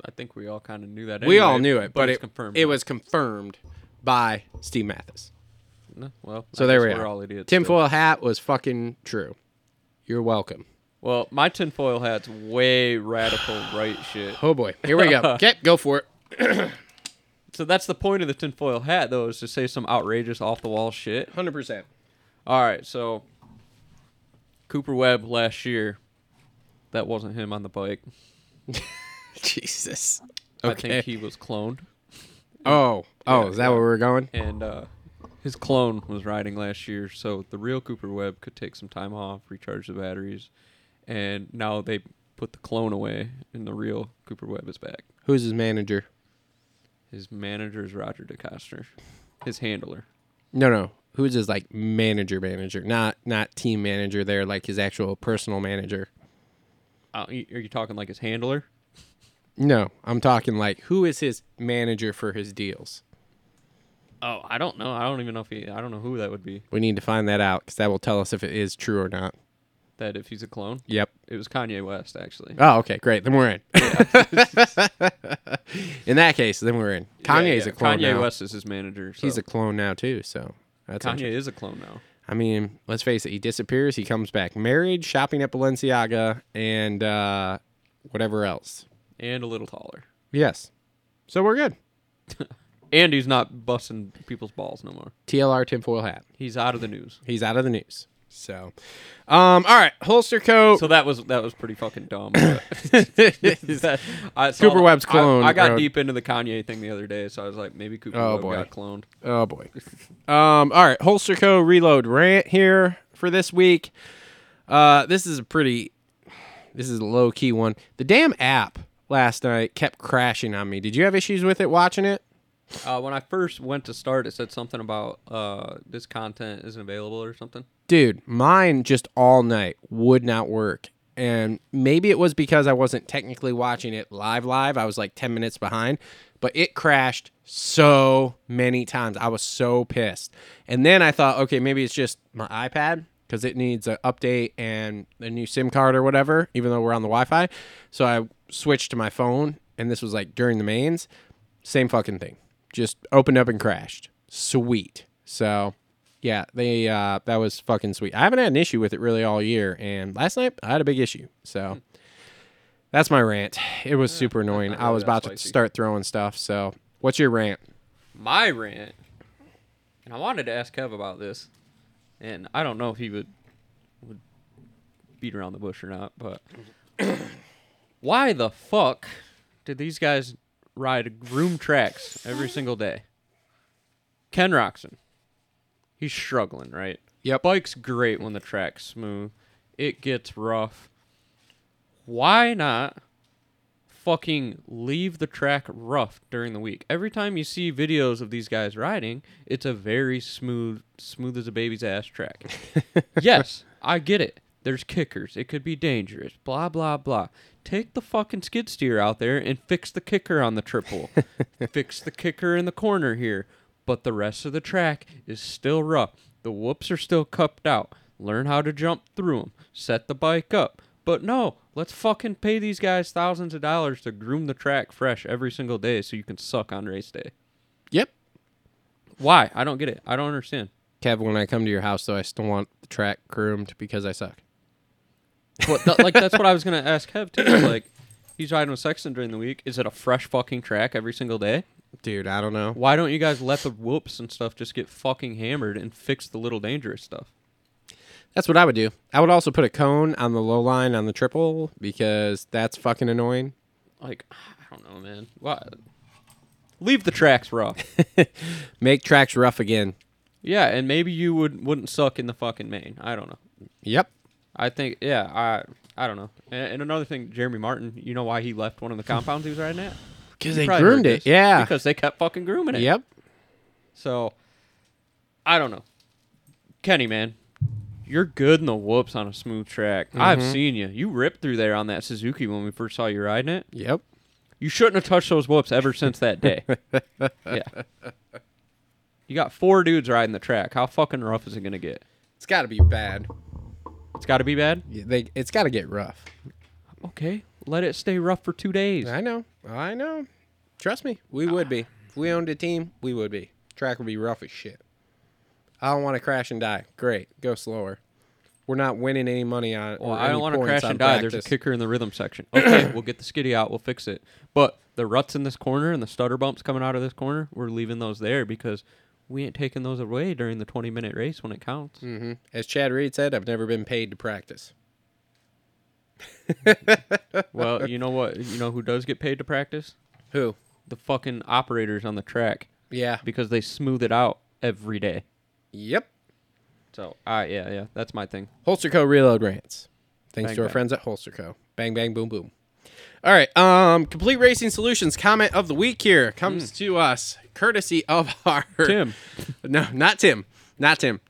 I think we all kind of knew that. we all anyway, knew it, but, it's it, confirmed. it now. was confirmed by Steve Mathis. No, well, So I there guess we are. We're all idiots. still. Tinfoil hat was fucking true. You're welcome. Well, my tinfoil hat's way radical right shit. Oh boy, here we go. okay, go for it. So that's the point of the tinfoil hat, though, is to say some outrageous, off the wall shit. Hundred percent. All right, so Cooper Webb last year, that wasn't him on the bike. Jesus. I think he was cloned, Oh, oh, is that where we're going? and uh, his clone was riding last year. So the real Cooper Webb could take some time off, recharge the batteries, and now they put the clone away, and the real Cooper Webb is back. Who's his manager? His manager is Roger DeCoster, his handler. No, no. Who's his like manager? Manager, not not team manager. There, like his actual personal manager. Uh, y- are you talking like his handler? No, I'm talking like who is his manager for his deals. Oh, I don't know. I don't even know if he. I don't know who that would be. We need to find that out because that will tell us if it is true or not. That if he's a clone, Yep. it was Kanye West actually. Oh, okay, great. Then we're in. in that case, then we're in. Kanye's Yeah, yeah. a clone Kanye now. West is his manager. So He's a clone now too. So that's interesting. Kanye is a clone now. I mean, let's face it, he disappears, he comes back married, shopping at Balenciaga, and uh, whatever else. And a little taller. Yes. So we're good. And he's not busting people's balls no more. TLR tinfoil hat. He's out of the news. He's out of the news. So, um, all right, holster coat. So that was that was pretty fucking dumb. but- that- I saw Cooper the- Webb's I- clone I, got rode- deep into the Kanye thing the other day, so I was like, maybe Cooper Oh, Webb boy. got cloned. oh boy. Um, all right, holster co reload rant here for this week. Uh, this is a pretty, this is a low key one. The damn app last night kept crashing on me. Did you have issues with it watching it? Uh, when I first went to start, it said something about uh, this content isn't available or something. dude mine just all night would not work and maybe it was because i wasn't technically watching it live live i was like 10 minutes behind but it crashed so many times i was so pissed and then i thought okay maybe it's just my ipad because it needs an update and a new sim card or whatever even though we're on the wi-fi so i switched to my phone and this was like during the mains same fucking thing just opened up and crashed sweet so yeah, they uh, that was fucking sweet. I haven't had an issue with it really all year, and last night I had a big issue. Hmm. So that's my rant. It was super annoying. I was that about to spicy. start throwing stuff. So what's your rant? my rant, and I wanted to ask Kev about this, and I don't know if he would would beat around the bush or not, but why the fuck did these guys ride groom tracks every single day? Ken Roxon, he's struggling, right? Yeah, bike's great when the track's smooth. It gets rough. Why not fucking leave the track rough during the week. Every time you see videos of these guys riding, it's a very smooth, smooth as a baby's ass track. yes, I get it. There's kickers. It could be dangerous. Blah blah blah. Take the fucking skid steer out there and fix the kicker on the triple. fix the kicker in the corner here. But the rest of the track is still rough. The whoops are still cupped out. Learn how to jump through them. Set the bike up. But no, let's fucking pay these guys thousands of dollars to groom the track fresh every single day so you can suck on race day. Yep. Why? I don't get it. I don't understand. Kev, when I come to your house, though, I still want the track groomed because I suck. But th- like that's what I was gonna ask Kev too. Like he's riding with Sexton during the week. Is it a fresh fucking track every single day? Dude, I don't know. Why don't you guys let the whoops and stuff just get fucking hammered and fix the little dangerous stuff? That's what I would do. I would also put a cone on the low line on the triple because that's fucking annoying. Like I don't know, man. Why? Leave the tracks rough. Make tracks rough again. yeah, and maybe you would wouldn't suck in the fucking main. I don't know. Yep. I think, yeah, I I don't know. And, and another thing, Jeremy Martin, you know why he left one of the compounds he was riding at? Because You they probably heard groomed it. this. Yeah. Because they kept fucking grooming it. Yep. So, I don't know. Kenny, man, you're good in the whoops on a smooth track. I've seen you. You ripped through there on that Suzuki when we first saw you riding it. Yep. You shouldn't have touched those whoops ever since that day. yeah. You got four dudes riding the track. How fucking rough is it going to get? It's got to be bad. It's got to be bad. Y- They, it's got to get rough. Okay. Let it stay rough for two days. I know. I know. Trust me, we would be. If we owned a team, we would be. Track would be rough as shit. I don't want to crash and die. Great. Go slower. We're not winning any money on Well, or I any don't want to points crash on and die. There's practice. a kicker in the rhythm section. Okay, we'll get the skiddy out. We'll fix it. But the ruts in this corner and the stutter bumps coming out of this corner, we're leaving those there because we ain't taking those away during the 20 minute race when it counts. Mm. As Chad Reed said, I've never been paid to practice. Well, you know what? You know who does get paid to practice? Who? The fucking operators on the track Yeah. because they smooth it out every day. Yep. So, uh, yeah, yeah, that's my thing. Holster Co. Reload Rants. Thanks Bang, to our bang. friends at Holster Co. Bang, bang, boom, boom. All right. Um, Complete Racing Solutions comment of the week here comes to us courtesy of our Hmm. Tim. No, not Tim. Not Tim.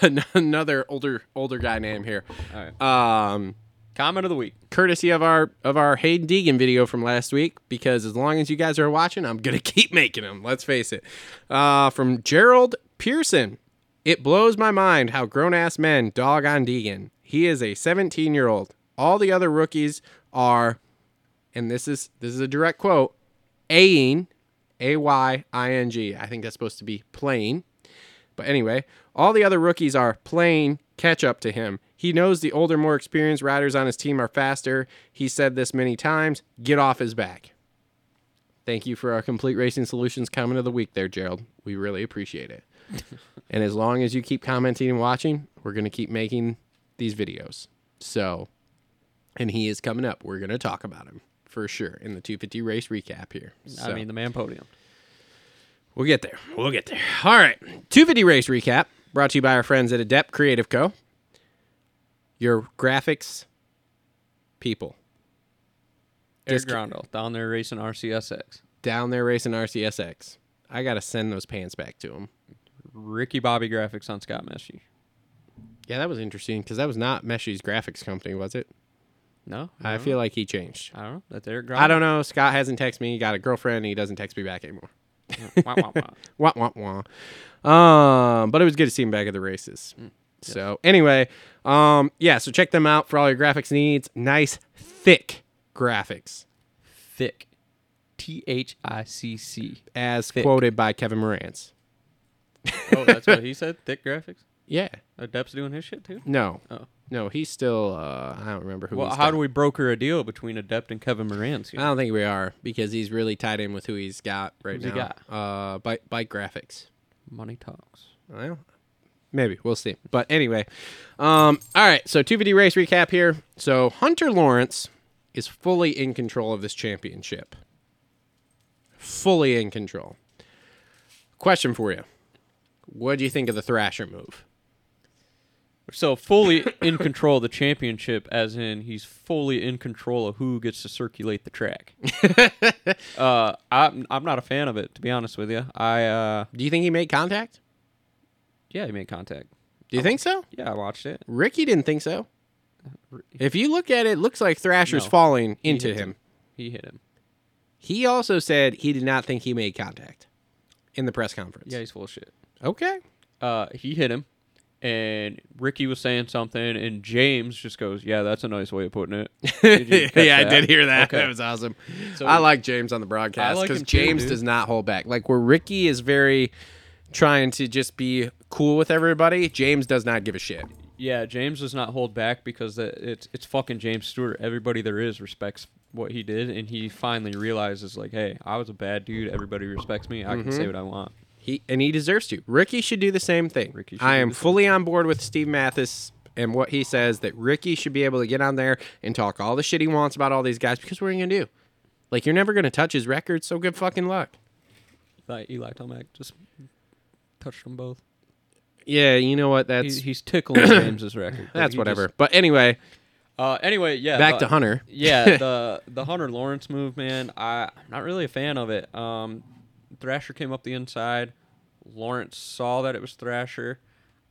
Another older older guy name here. All right. Um, Comment of the week. courtesy of our of our Hayden Deegan video from last week. Because as long as you guys are watching, I'm gonna keep making them. Let's face it. Uh, from Gerald Pearson. It blows my mind how grown ass men dog on Deegan. He is a 17 year old. All the other rookies are, and this is this is a direct quote, aing, a y i n g. I think that's supposed to be playing. But anyway, all the other rookies are playing catch up to him. He knows the older, more experienced riders on his team are faster. He said this many times. Get off his back. Thank you for our complete racing solutions comment of the week there, Gerald. We really appreciate it. and as long as you keep commenting and watching, we're going to keep making these videos. So, and he is coming up. We're going to talk about him for sure in the 250 race recap here. I So- mean, the man podium. We'll get there. We'll get there. All right. 250 race recap brought to you by our friends at Adept Creative Co. Your graphics people Eric Just ki- Grondel down there racing RCSX. down there racing RCSX. I got to send those pants back to them. Ricky Bobby graphics on Scott Meshy. Yeah, that was interesting because that was not Meshi's graphics company, was it? No, I feel like he changed. I don't know. That's Eric Grondel. I don't know. Scott hasn't texted me. He got a girlfriend. And he doesn't text me back anymore. Wah, wah, wah. Wah, wah, wah. Um, but it was good to see him back at the races. Mm, So anyway, um, yeah, so check them out for all your graphics needs. Nice, thick graphics, Thick. T H I C C. as Thick. quoted by Kevin Morantz. Oh, that's what he said? Thick graphics? Yeah. Adept's doing his shit too? No. Oh. No, he's still. Uh, I don't remember who. Well, he's how got. do we broker a deal between Adept and Kevin Moran's? I don't think we are because he's really tied in with who he's got right Who's he now. Uh, bike bike graphics. Money talks. Well, Maybe we'll see. But anyway, um, all right. So 250 race recap here. So Hunter Lawrence is fully in control of this championship. Fully in control. Question for you: What do you think of the Thrasher move? So fully in control of the championship, as in he's fully in control of who gets to circulate the track. uh, I'm I'm not a fan of it, to be honest with you. I uh, Do you think he made contact? yeah, he made contact. Do Oh. you think so? Yeah, I watched it. Ricky didn't think so. If you look at it, it looks like Thrasher's No. falling He into hit him. He hit him. He also said he did not think he made contact in the press conference. Yeah, he's full of shit. Okay. Uh, he hit him, and Ricky was saying something, and James just goes, "Yeah, that's a nice way of putting it." Did you catch yeah, I did hear that. Okay. That was awesome. So- I like James on the broadcast I like because him too, James dude. does not hold back. Like where Ricky is very trying to just be cool with everybody, James does not give a shit. Yeah, James does not hold back because the- it's it's fucking James Stewart. Everybody there is respects what he did, and he finally realizes like, hey, I was a bad dude. Everybody respects me. I Mm-hmm. can say what I want. He and he deserves to. Ricky should do the same thing. Ricky should I do am the same fully on board with Steve Mathis and what he says that Ricky should be able to get on there and talk all the shit he wants about all these guys because what are you gonna do? Like you're never gonna touch his record, so good fucking luck. Like Eli Tomac just touched them both. Yeah, you know what? He's, That's he's tickling James's record. but that's he whatever. just- but anyway, uh, anyway, yeah. back uh, to Hunter. yeah, the the Hunter Lawrence move, man. I, I'm not really a fan of it. Um, Thrasher came up the inside. Lawrence saw that it was Thrasher.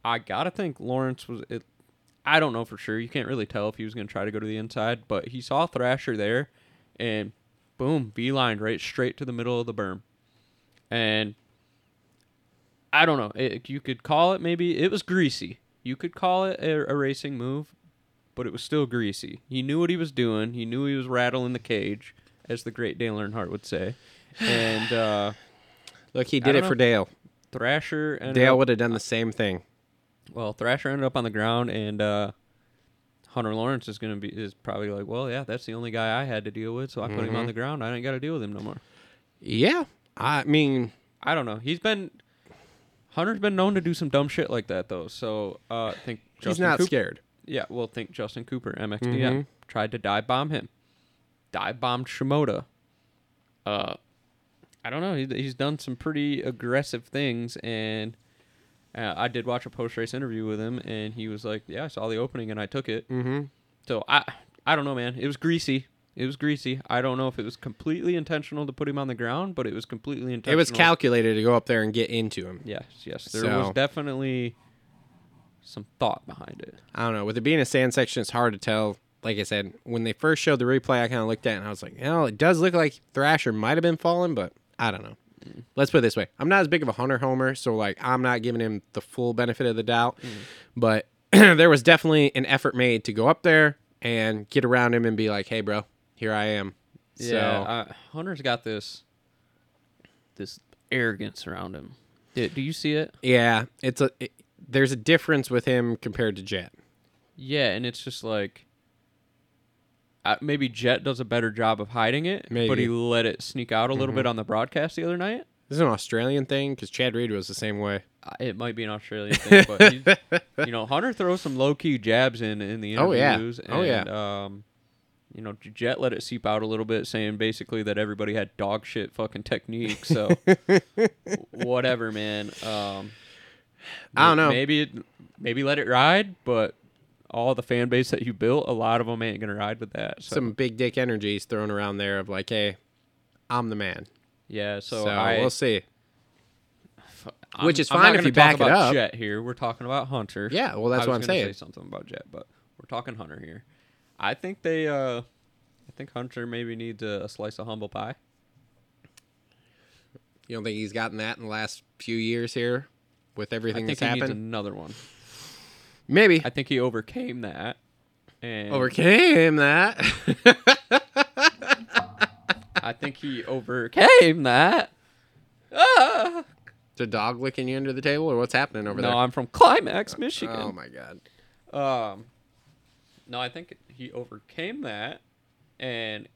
I gotta think Lawrence was it. I don't know for sure. You can't really tell if he was gonna try to go to the inside, but he saw Thrasher there, and boom, beeline right straight to the middle of the berm, and I don't know. It, you could call it maybe it was greasy. You could call it a, a racing move, but it was still greasy. He knew what he was doing. He knew he was rattling the cage, as the great Dale Earnhardt would say. And uh, Look, he did don't it for know. Dale. Thrasher ended Dale up- would have done the same thing. well, Thrasher ended up on the ground, and uh, Hunter Lawrence is gonna be is probably like, well, yeah, that's the only guy I had to deal with, so I put Mm-hmm. him on the ground. I ain't got to deal with him no more. Yeah, I mean, I don't know. He's been Hunter's been known to do some dumb shit like that though. So uh, I think he's Justin not Cooper- scared. Yeah, well, think Justin Cooper, MXDM, Mm-hmm. tried to dive bomb him. Dive bombed Shimoda. Uh, I don't know. He's, he's done some pretty aggressive things, and uh, I did watch a post race interview with him, and he was like, "Yeah, I saw the opening and I took it." Mm-hmm. So I, I don't know, man. It was greasy. It was greasy. I don't know if it was completely intentional to put him on the ground, but it was completely intentional. It was calculated to go up there and get into him. Yes, yes. There So- was definitely some thought behind it. I don't know. With it being a sand section, it's hard to tell. Like I said, when they first showed the replay, I kind of looked at it and I was like, "Hell, it does look like Thrasher might have been falling, but I don't know." Let's put it this way: I'm not as big of a hunter homer, so like I'm not giving him the full benefit of the doubt. But there was definitely an effort made to go up there and get around him and be like, "Hey, bro, here I am." Yeah, so, uh, Hunter's got this this arrogance around him. Do, do you see it? Yeah, it's a it- there's a difference with him compared to Jet. Yeah, and it's just like uh, maybe Jet does a better job of hiding it, but Maybe. he let it sneak out a little bit on the broadcast the other night. This is an Australian thing because Chad Reed was the same way. Uh, It might be an Australian thing, but he, you know, Hunter throws some low key jabs in in the Oh, yeah. interviews. Oh, yeah. and, Um, you know, Jet let it seep out a little bit, saying basically that everybody had dog shit fucking technique. So, whatever, man. Um, I don't know. Maybe it, maybe let it ride, but all the fan base that you built, a lot of them ain't gonna ride with that. So Some big dick energies thrown around there of like, "Hey, I'm the man." yeah, so, So, I, we'll see. I'm- which is I'm fine not if gonna you back talk it about up. Jet here, we're talking about Hunter. Yeah, well, that's I what I'm was gonna saying. Say something about Jet, but we're talking Hunter here. I think they, uh I think Hunter maybe needs a, a slice of humble pie. You don't think he's gotten that in the last few years here with I everything think that's he needs happened? another one. Maybe. I think he overcame that. And Overcame that. I think he overcame that. Ah! the dog licking you under the table or what's happening over No, there? I'm from Climax, Michigan. oh my god. Um, no, I think he overcame that, and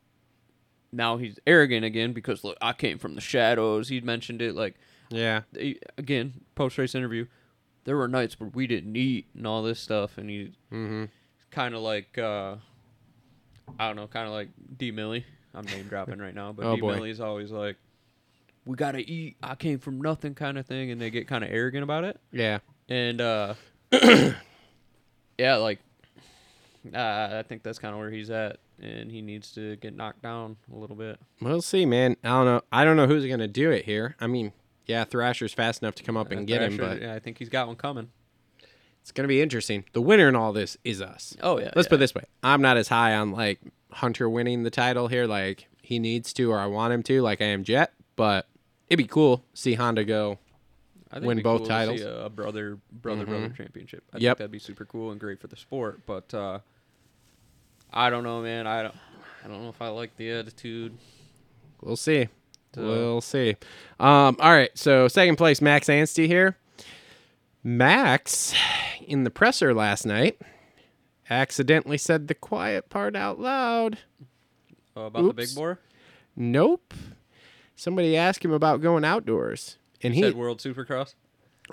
now he's arrogant again because look, I came from the shadows. He mentioned it like Yeah. he- again post race interview. there were nights where we didn't eat and all this stuff, and he Mm-hmm. kind of like uh, I don't know, kind of like D Millie. I'm name dropping right now, but Oh, D boy. Millie's always like, "We gotta eat. I came from nothing," kind of thing, and they get kind of arrogant about it. Yeah. And uh, yeah, like uh, I think that's kind of where he's at, and he needs to get knocked down a little bit. We'll see, man. I don't know. I don't know who's gonna do it here. I mean, yeah, Thrasher's fast enough to come up and Uh, get him, Thrasher, but yeah, I think he's got one coming. it's gonna be interesting. The winner in all this is us. Oh, yeah, Let's put yeah. it this way: I'm not as high on like Hunter winning the title here, like he needs to or I want him to, like I am Jet. But it'd be cool to see Honda go. I think Win it'd be both cool to see titles. Mm-hmm. a brother brother brother championship. I Yep. think that'd be super cool and great for the sport. But uh, I don't know, man. I don't. I don't know if I like the attitude. We'll see. We'll see. Um, all right. So second place, Max Anstey here. Max, in the presser last night, accidentally said the quiet part out loud. Uh, about the Oops. big boar. Nope. Somebody asked him about going outdoors, and he Said World Supercross.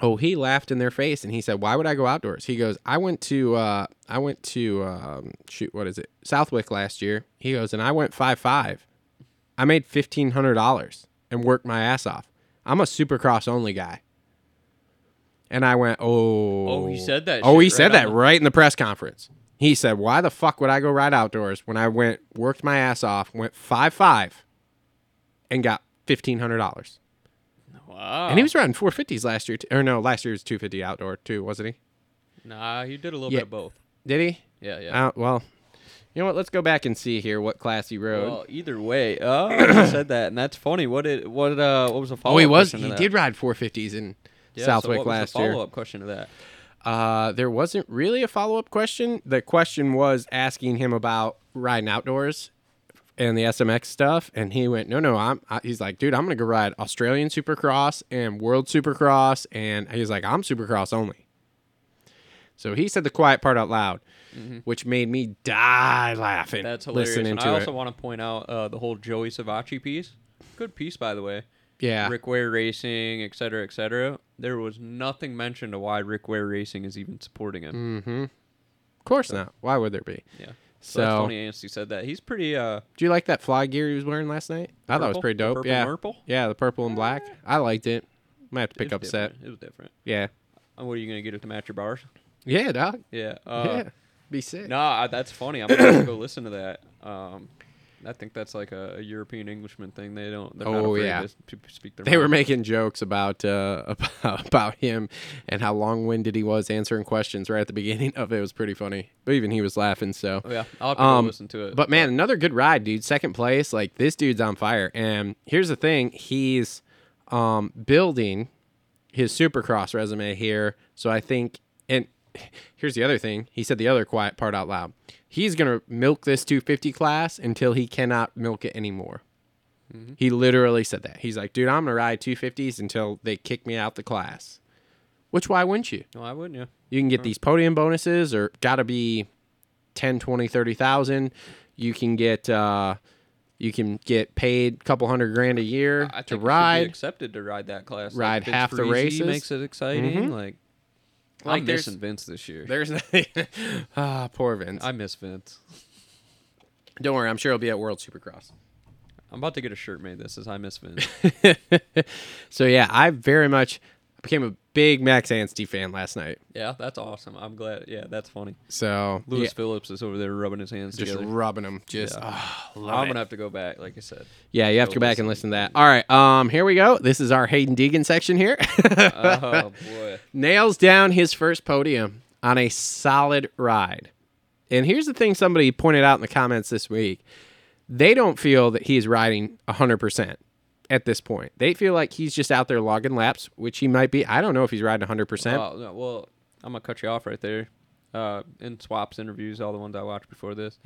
oh he laughed in their face, and he said, "Why would I go outdoors?" He goes, "I went to uh, I went to um, shoot what is it Southwick last year." He goes, "And I went five five. I made fifteen hundred dollars and worked my ass off. I'm a Supercross only guy." And I went, "Oh." Oh, he said that Oh, shit he right said on that the- right in the press conference. He said, "Why the fuck would I go ride outdoors when I went worked my ass off, went five five, and got fifteen hundred dollars?" Wow. And he was riding four fifties last year, t- or no, last year was two fifty outdoor too, wasn't he? nah, he did a little Yeah. bit of both. Did he? Yeah, yeah. Uh, well, you know what? Let's go back and see here what class he rode. Well, either way, oh, he said that, and that's funny. What did what uh what was the follow? oh, he was. He did ride four fifties in Southwick so what last was the year. Follow up question to that. Uh, there wasn't really a follow up question. The question was asking him about riding outdoors and the SMX stuff, and he went, "No, no, I'm." I, he's like, "Dude, I'm gonna go ride Australian Supercross and World Supercross," and he's like, "I'm Supercross only." So he said the quiet part out loud, which made me die laughing. Mm-hmm. That's hilarious. Listening And to I also it, want to point out uh, the whole Joey Savacci piece. Good piece, by the way. yeah, Rick Ware Racing, et cetera, et cetera. There was nothing mentioned of why Rick Ware Racing is even supporting him. of course not. Why would there be? Yeah. So, that's Mm. So, Tony Anstey said that. He's pretty uh do you like that fly gear he was wearing last night? I thought it was Purple? pretty The dope. purple yeah, Merple? yeah, the purple and black. I liked it. Might have to pick it's up a set. different. It was different. Yeah. Uh, what are you gonna get it to match your bars? Yeah, dog. Yeah. Uh yeah. Be sick. No, I, that's funny. I'm gonna have to go listen to that. Um I think that's like a, a European Englishman thing. They don't. They're not Oh, afraid yeah. to s- p- speak their. They were mind. making jokes about uh, about about him and how long winded he was answering questions right at the beginning of it. It was pretty funny. But even he was laughing. So Oh, yeah, I'll have to go Um, listen to it. But man, another good ride, dude. Second place, like this dude's on fire. And here's the thing, he's um building his supercross resume here. So I think and here's the other thing. He said the other quiet part out loud. He's gonna milk this 250 class until he cannot milk it anymore. Mm-hmm. He literally said that. He's like, dude, I'm gonna ride 250s until they kick me out the class. Which why wouldn't you? no, I wouldn't. Yeah. You can get these podium bonuses or got to be 10, 20, 30,000. You can get uh you can get paid a couple hundred grand a year I think to it should be ride. accepted to ride that class. Ride like, Vince half the Parisi races. Mm-hmm. makes it exciting. Like, Like, I'm there's- missing Vince this year. There's nothing. ah, poor Vince. I miss Vince. Don't worry, I'm sure he'll be at World Supercross. I'm about to get a shirt made. This is I miss Vince. So yeah, I very much became a big Max Anstey fan last night. yeah, that's awesome. I'm glad. Yeah, that's funny. So Lewis yeah, Phillips is over there rubbing his hands just together. rubbing him, just ah, love I'm it. gonna have to go back, like I said. yeah. You have go to go back and listen to that. All right, um, here we go. This is our Hayden Deegan section here. Oh boy, nails down his first podium on a solid ride. And here's the thing somebody pointed out in the comments this week. They don't feel that he's riding 100% at this point. They feel like he's just out there logging laps, which he might be. I don't know if he's riding 100%. Oh, no, well, I'm gonna cut you off right there. Uh, in Swap's interviews, all the ones I watched before this,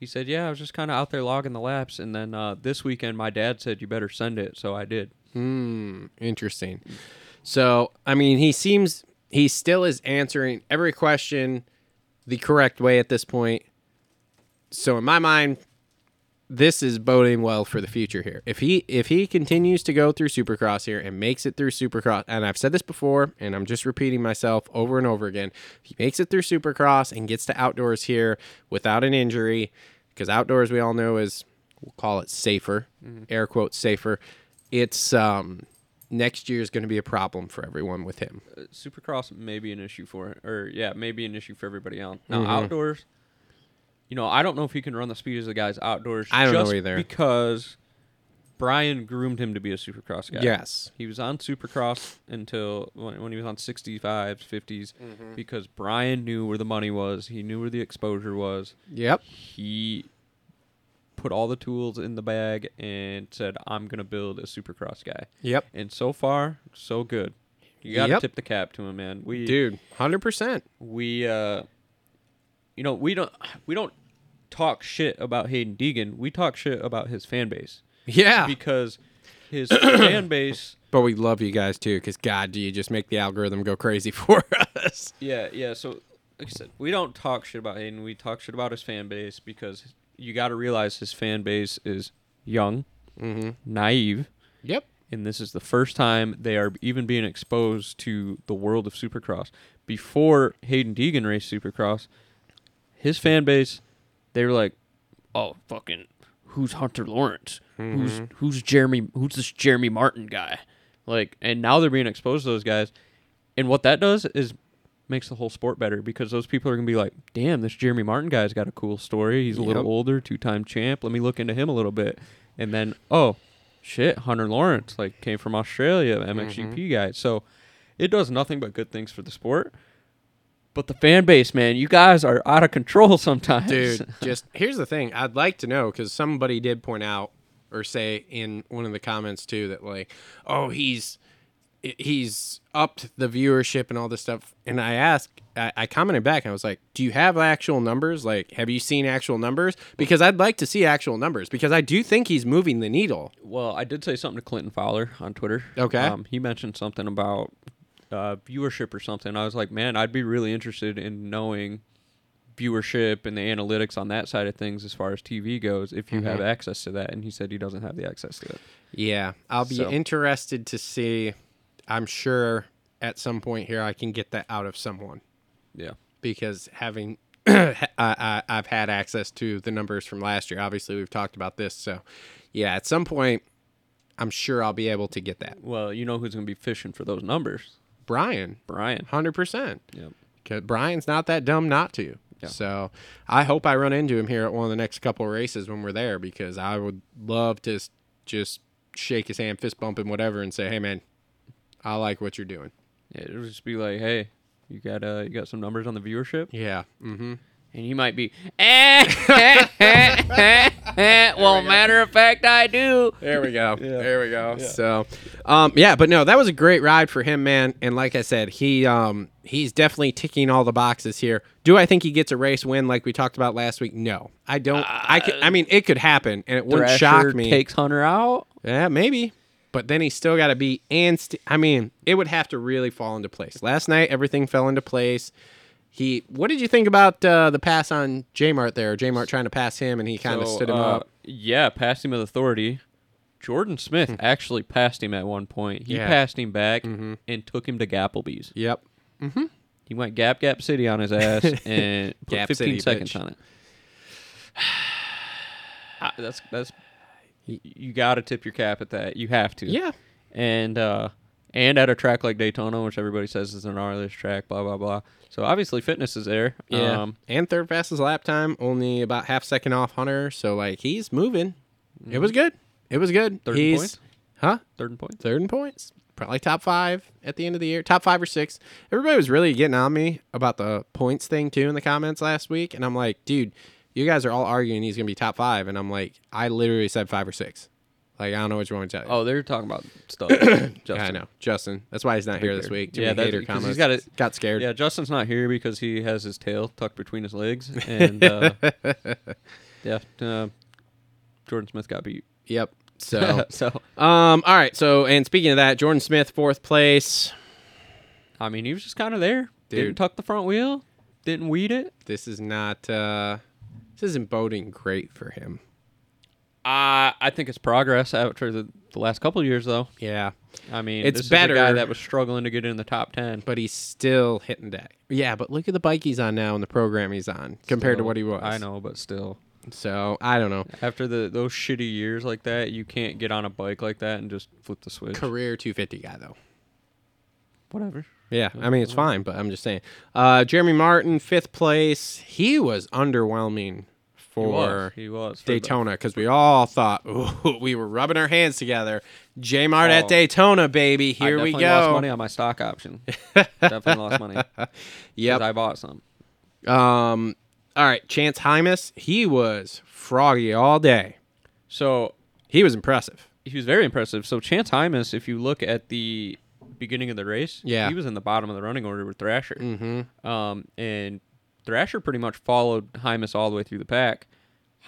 he said, "Yeah, I was just kind of out there logging the laps, and then uh, this weekend my dad said you better send it, so I did." Interesting. So, I mean, he seems he still is answering every question the correct way at this point. So, in my mind, this is boding well for the future here. If he if he continues to go through Supercross here and makes it through Supercross, and I've said this before, and I'm just repeating myself over and over again. If he makes it through Supercross and gets to outdoors here without an injury, because outdoors we all know is we'll call it safer, air quotes safer. It's um next year is going to be a problem for everyone with him. Supercross may be an issue for it, or yeah, may be an issue for everybody else. Now Mm-hmm. outdoors, you know, I don't know if he can run the speed as the guys outdoors. I don't know just either. because Brian groomed him to be a Supercross guy. Yes. he was on Supercross until when, when he was on 65s, 50s, because Brian knew where the money was. He knew where the exposure was. Yep. He put all the tools in the bag and said, "I'm gonna build a Supercross guy." Yep. And so far, so good. You gotta Yep. tip the cap to him, man. We Dude, 100%. we uh you know we don't we don't talk shit about Hayden Deegan. We talk shit about his fan base Yeah. because his fan base. But we love you guys too, because God, do you just make the algorithm go crazy for us? Yeah, yeah. So like I said, we don't talk shit about Hayden. We talk shit about his fan base because you got to realize his fan base is young, naive, Yep. and this is the first time they are even being exposed to the world of Supercross. Before Hayden Deegan raced Supercross, his fan base, they were like, "Oh, fucking, who's Hunter Lawrence? Who's who's Jeremy? Who's this Jeremy Martin guy?" Like, and now they're being exposed to those guys, and what that does is makes the whole sport better because those people are gonna be like, "Damn, this Jeremy Martin guy's got a cool story. He's a little Yep. older, two-time champ. Let me look into him a little bit." And then, oh, shit, Hunter Lawrence like came from Australia, MXGP Mm-hmm. guy. So it does nothing but good things for the sport. But the fan base, man, you guys are out of control sometimes. Dude, just here's the thing. I'd like to know because somebody did point out or say in one of the comments too that like, oh, he's he's upped the viewership and all this stuff. And I asked, I, I commented back and I was like, do you have actual numbers? Like, have you seen actual numbers? Because I'd like to see actual numbers because I do think he's moving the needle. Well, I did say something to Clinton Fowler on Twitter. Okay. Um, he mentioned something about uh, viewership or something. I was like, man, I'd be really interested in knowing viewership and the analytics on that side of things as far as TV goes if you Mm-hmm. have access to that. And he said he doesn't have the access to that. Yeah, I'll be So- interested to see. I'm sure at some point here I can get that out of someone Yeah. because having I, I, I've had access to the numbers from last year. Obviously, we've talked about this, so yeah, at some point I'm sure I'll be able to get that. Well, you know who's going to be fishing for those numbers? Brian, Brian. hundred percent. Yep. Cause Brian's not that dumb not to. Yeah. So I hope I run into him here at one of the next couple of races when we're there because I would love to s- just shake his hand, fist bump him, whatever, and say, "Hey, man, I like what you're doing." Yeah, it'll just be like, hey, you got uh, you got some numbers on the viewership, Yeah. Mm-hmm. and he might be, eh, well, matter of fact, I do. There we go. There we go. So, um, yeah, but no, that was a great ride for him, man. And like I said, he um, he's definitely ticking all the boxes here. Do I think he gets a race win like we talked about last week? No, I don't. I could, I mean, it could happen, and it wouldn't shock me. Uh, takes Hunter out. Yeah, maybe. But then he still got to beat and st- I mean, it would have to really fall into place. Last night, everything fell into place. He, what did you think about uh, the pass on Jmart there? Jmart trying to pass him, and he kind of So, stood him uh, up. Yeah, passed him with authority. Jordan Smith actually passed him at one point. He Hmm. Yeah. Mm-hmm. passed him back and took him to Gapplebee's. Yep. He went Gap Gap City on his ass and put Gap 15 City, seconds bitch. on it. Ah, that's that's you got to tip your cap at that. You have to. Yeah. And uh and at a track like Daytona, which everybody says is an R-list track, blah blah blah. So obviously fitness is there. Yeah. Um, and third fastest lap time, only about half second off Hunter. So like he's moving. It was good. It was good. Third in he's, Mm-hmm. points? Huh? third and point. third in points, probably top five at the end of the year, top five or six. Everybody was really getting on me about the points thing too in the comments last week, and I'm like, dude, you guys are all arguing he's gonna be top five, and I'm like, I literally said five or six. Like I don't know what you want me to tell you. Oh, they're talking about stuff. yeah, I know, Justin. That's why he's not here this dirt. week. Too Yeah, many that's- hater because comments. he's got gotta- got scared. Yeah, Justin's not here because he has his tail tucked between his legs, and uh, yeah, uh, Jordan Smith got beat. Yep. So, so um, all right. So, and speaking of that, Jordan Smith fourth place. I mean, he was just kind of there. Dude. Didn't tuck the front wheel. Didn't weed it. This is not. uh This isn't boding great for him. I I think it's progress after the, the last couple of years, though. Yeah, I mean, It's this is a guy better. that was struggling to get in the top ten. but he's still hitting deck. Yeah, but look at the bike he's on now and the program he's on compared to So, what he was. I know, but still, So I don't know. after the those shitty years like that, you can't get on a bike like that and just flip the switch. Career 250 guy though. Whatever. Yeah, I mean it's fine, but I'm just saying. Uh, Jeremy Martin, fifth place. He was underwhelming He for was. He was for the- Daytona because we all thought ooh, we were rubbing our hands together. J Mart Oh. at Daytona, baby. I Here we definitely Lost money go. on my stock option. definitely lost money. 'Cause Yep. I bought some. Um. All right, Chance Hymus. He was froggy all day. So He was impressive. he was very impressive. So Chance Hymus, if you look at the beginning of the race, Yeah. he was in the bottom of the running order with Thrasher. Mm-hmm. Um, and Thrasher pretty much followed Hymus all the way through the pack.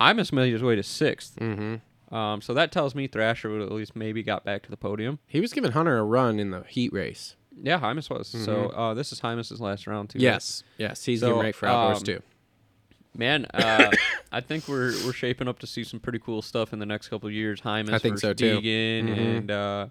Hymus made his way to 6th Mm-hmm. Um, so that tells me Thrasher would at least maybe got back to the podium. He was giving Hunter a run in the heat race. Yeah, Hymus was. So Mm-hmm. uh, this is Hymus's last round too. right? Yes, yes, he's So, getting right for outdoors um, too. man. Uh, I think we're we're shaping up to see some pretty cool stuff in the next couple of years. Hymus I think versus so, too. Mm-hmm. Deegan and uh,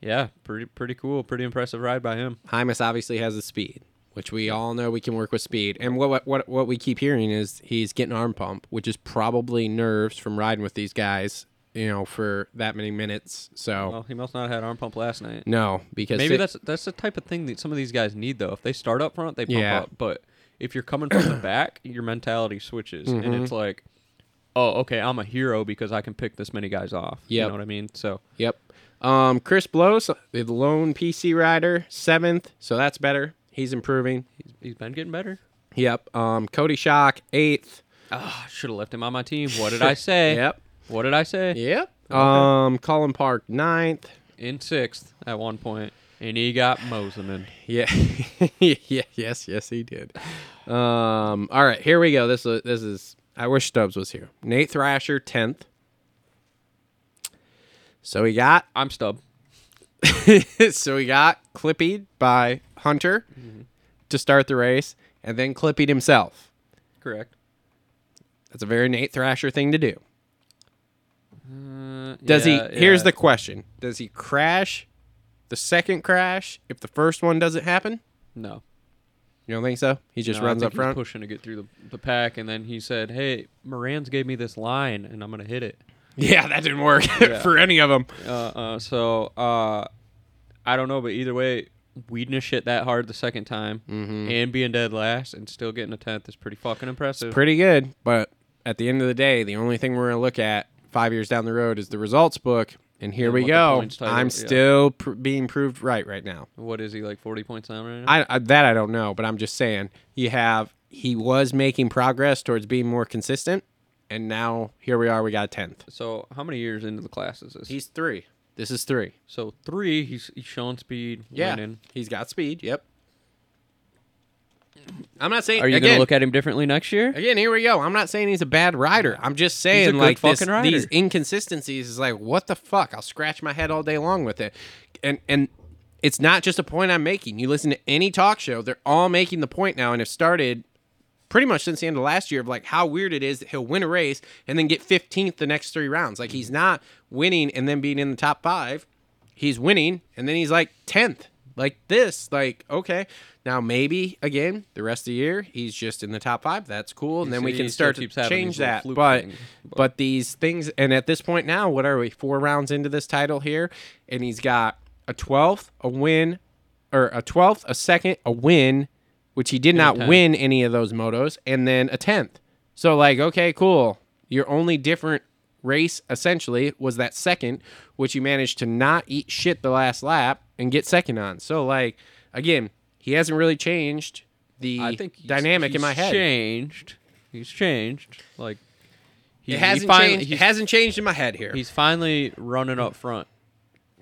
yeah, pretty pretty cool, pretty impressive ride by him. Hymus obviously has the speed, which we all know we can work with speed. And what what what, what we keep hearing is he's getting arm pump, which is probably nerves from riding with these guys, you know, for that many minutes. So Well, he must not have had arm pump last night. no, because Maybe it- that's that's the type of thing that some of these guys need though. If they start up front, they pump Yeah. up. But if you're coming from the back, your mentality switches, and Mm-hmm. it's like, oh, okay, I'm a hero because I can pick this many guys off. You Yep. know what I mean? So Yep. Um, Chris Blows, the lone PC rider, seventh. So that's better. He's improving. he's, he's been getting better. Yep. Um, Cody Shock, eighth. Ah, should have left him on my team. What did I say? Yep. What did I say? Yep. Um, Colin Park, ninth. in sixth at one point, and he got Moseman. Yeah. yeah. Yes. Yes, he did. Um. All right. Here we go. This. is- This is. I wish Stubbs was here. Nate Thrasher, tenth. So we got. I'm Stub. so we got clippied by Hunter to start the race, and then clippied himself. Correct. That's a very Nate Thrasher thing to do. Uh, Does he? Here's the question: Does he crash the second crash if the first one doesn't happen? no. You don't think so? He just No, I runs think up he's front. pushing to get through the, the pack, and then he said, "Hey, Moran's gave me this line, and I'm gonna hit it." Yeah, that didn't work for any of them. Uh, uh, so uh, I don't know, but either way, weeding a shit that hard the second time Mm-hmm. and being dead last and still getting a tenth is pretty fucking impressive. Pretty good, but at the end of the day, the only thing we're gonna look at five years down the road is the results book. And here And we what the go. points title- I'm yeah. still pr- being proved right right now. what is he like? Forty points down right now. I, I that I don't know, but I'm just saying you have he was making progress towards being more consistent, and now here we are. We got tenth. so how many years into the class is this? He's three. This is three. so three. He's, he's showing speed. Yeah, Winning. he's got speed. Yep. I'm not saying. Are you again, gonna look at him differently next year? Again, here we go. I'm not saying he's a bad rider. I'm just saying good like this, fucking rider. these inconsistencies is like what the fuck. I'll scratch my head all day long with it, and and it's not just a point I'm making. You listen to any talk show, they're all making the point now, and have started pretty much since the end of last year of like how weird it is that he'll win a race and then get 15th the next three rounds. Like Mm-hmm. he's not winning and then being in the top five. He's winning and then he's like 10th. Like this, like, okay. Now, maybe again, the rest of the year, he's just in the top five. That's cool. And then see, we he can still start to keeps having change these little that. fluke But, things, but, these things, and at this point now, what are we, four rounds into this title here? And he's got a 12th, a win, or a 12th, a second, a win, which he did not tenth. win any of those motos, and then a 10th. So, like, okay, cool. Your only different race essentially was that second, which you managed to not eat shit the last lap and get second on. So, like, again, he hasn't really changed the I think he's- dynamic he's in my head. Changed. He's changed. Like he, It he hasn't finally, changed. It He's, hasn't changed in my head here. he's finally running up front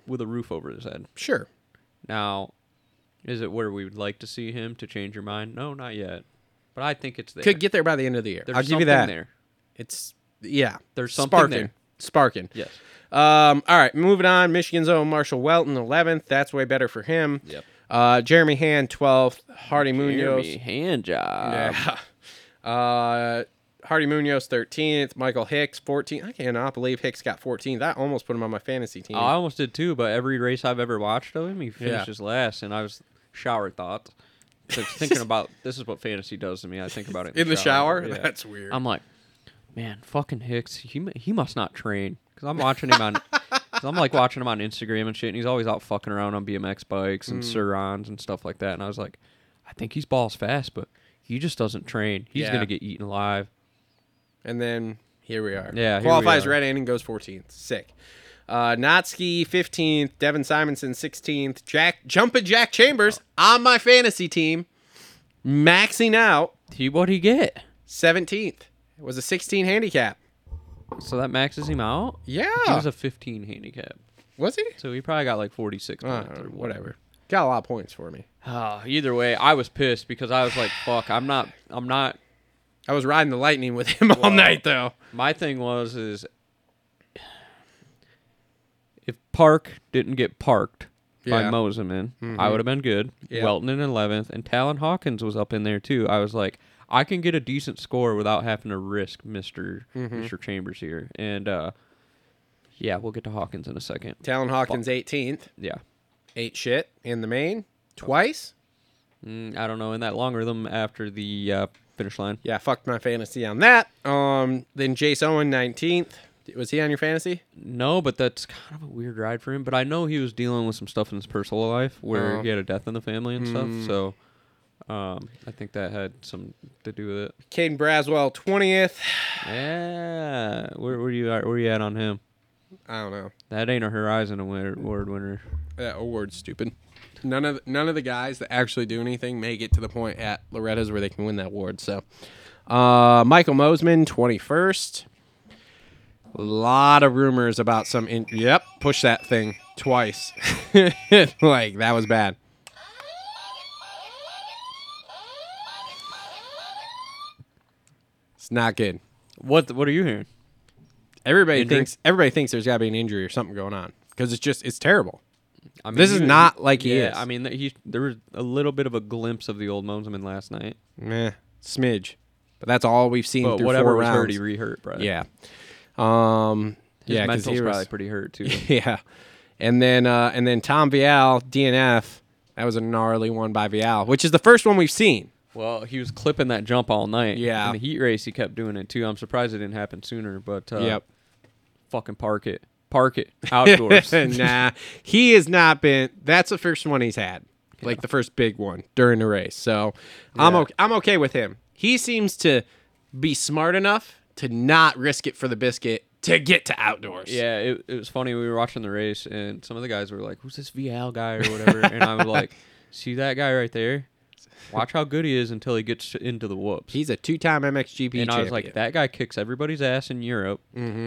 with a roof over his head. sure. Now, is it where we would like to see him to change your mind? No, not yet. But I think it's there. Could get there by the end of the year. There's I'll give you something that. There. It's yeah. There's something sparking. there. Sparking. Yes. Um, all right, moving on. Michigan's own Marshall Welton, 11th. That's way better for him. Yep. Uh, Jeremy Hand, 12th. Hardy Munoz. Jeremy hand job. Yeah. Uh, Hardy Munoz 13th, Michael Hicks 14th. I cannot believe Hicks got 14th. I almost put him on my fantasy team. Oh, I almost did too, but every race I've ever watched of him, he finishes last, and I was shower thought. So thinking about this is what fantasy does to me. I think about it in, In the shower? yeah. That's weird. I'm like, man, fucking Hicks. He mu- he must not train because I'm watching him on. 'cause I'm like watching him on Instagram and shit, and he's always out fucking around on BMX bikes and Mm. Surons and stuff like that. And I was like, I think he's balls fast, but he just doesn't train. He's Yeah. gonna get eaten alive. And then here we are. Yeah, here we Qualifies are. red and goes 14th. Sick. Uh, Notsky 15th, Devin Simonson 16th, Jack Jumpin' Jack Chambers on my fantasy team, maxing out He what he get? 17th. It was a 16 handicap. So that maxes him out. Yeah. He was a 15 handicap, Was he? so he probably got like 46 Uh, points or whatever. Got a lot of points for me. Oh, either way, I was pissed because I was like, "Fuck, I'm not, I'm not." I was riding the lightning with him all night though. My thing was is if Park didn't get parked by Yeah. Mm-hmm. Moseman, I would have been good. Yeah. Welton in eleventh, and Talon Hawkins was up in there too. I was like, I can get a decent score without having to risk Mister Mm-hmm. Mister Chambers here, and uh, yeah, we'll get to Hawkins in a second. Talon Hawkins 18th, Yeah, ate shit in the main twice. Mm, I don't know in that long rhythm after the uh, finish line. Yeah, fucked my fantasy on that. Um, then Jace Owen 19th. Was he on your fantasy? No, but that's kind of a weird ride for him. But I know he was dealing with some stuff in his personal life where Oh. Hmm. he had a death in the family and stuff. So um, I think that had some to do with it. Caden Braswell 20th. Yeah, where were you at? Where you at on him? I don't know. That ain't a Horizon award award winner. That award's stupid. None of none of the guys that actually do anything make it to the point at Loretta's where they can win that award. So, uh, Michael Mosman 21st. A lot of rumors about some. In- yep, push that thing twice. like that was bad. It's not good. What What are you hearing? Everybody Injury? thinks everybody thinks there's got to be an injury or something going on because it's just it's terrible. I mean, This is he- not like he yeah, is. I mean, th- he there was a little bit of a glimpse of the old Moseman last night, Meh, smidge. But that's all we've seen but through whatever four was rounds. hurt, he re-hurt, bro. yeah. Um. his yeah, 'cause mental's he was- probably pretty hurt too. yeah. And then uh, and then Tom Vial DNF. That was a gnarly one by Vial, which is the first one we've seen. Well, he was clipping that jump all night. Yeah. In the heat race, he kept doing it too. I'm surprised it didn't happen sooner, but uh, Yep. fucking park it. Park it outdoors. nah, he has not been. That's the first one he's had, like the first big one during the race. So I'm okay, I'm okay with him. He seems to be smart enough to not risk it for the biscuit to get to outdoors. Yeah, it, it was funny. We were watching the race, and some of the guys were like, "Who's this VL guy or whatever?" and I was like, "See that guy right there? Watch how good he is until he gets into the whoops." he's a two-time MXGP. and I was like, champion. Mm-hmm. "That guy kicks everybody's ass in Europe.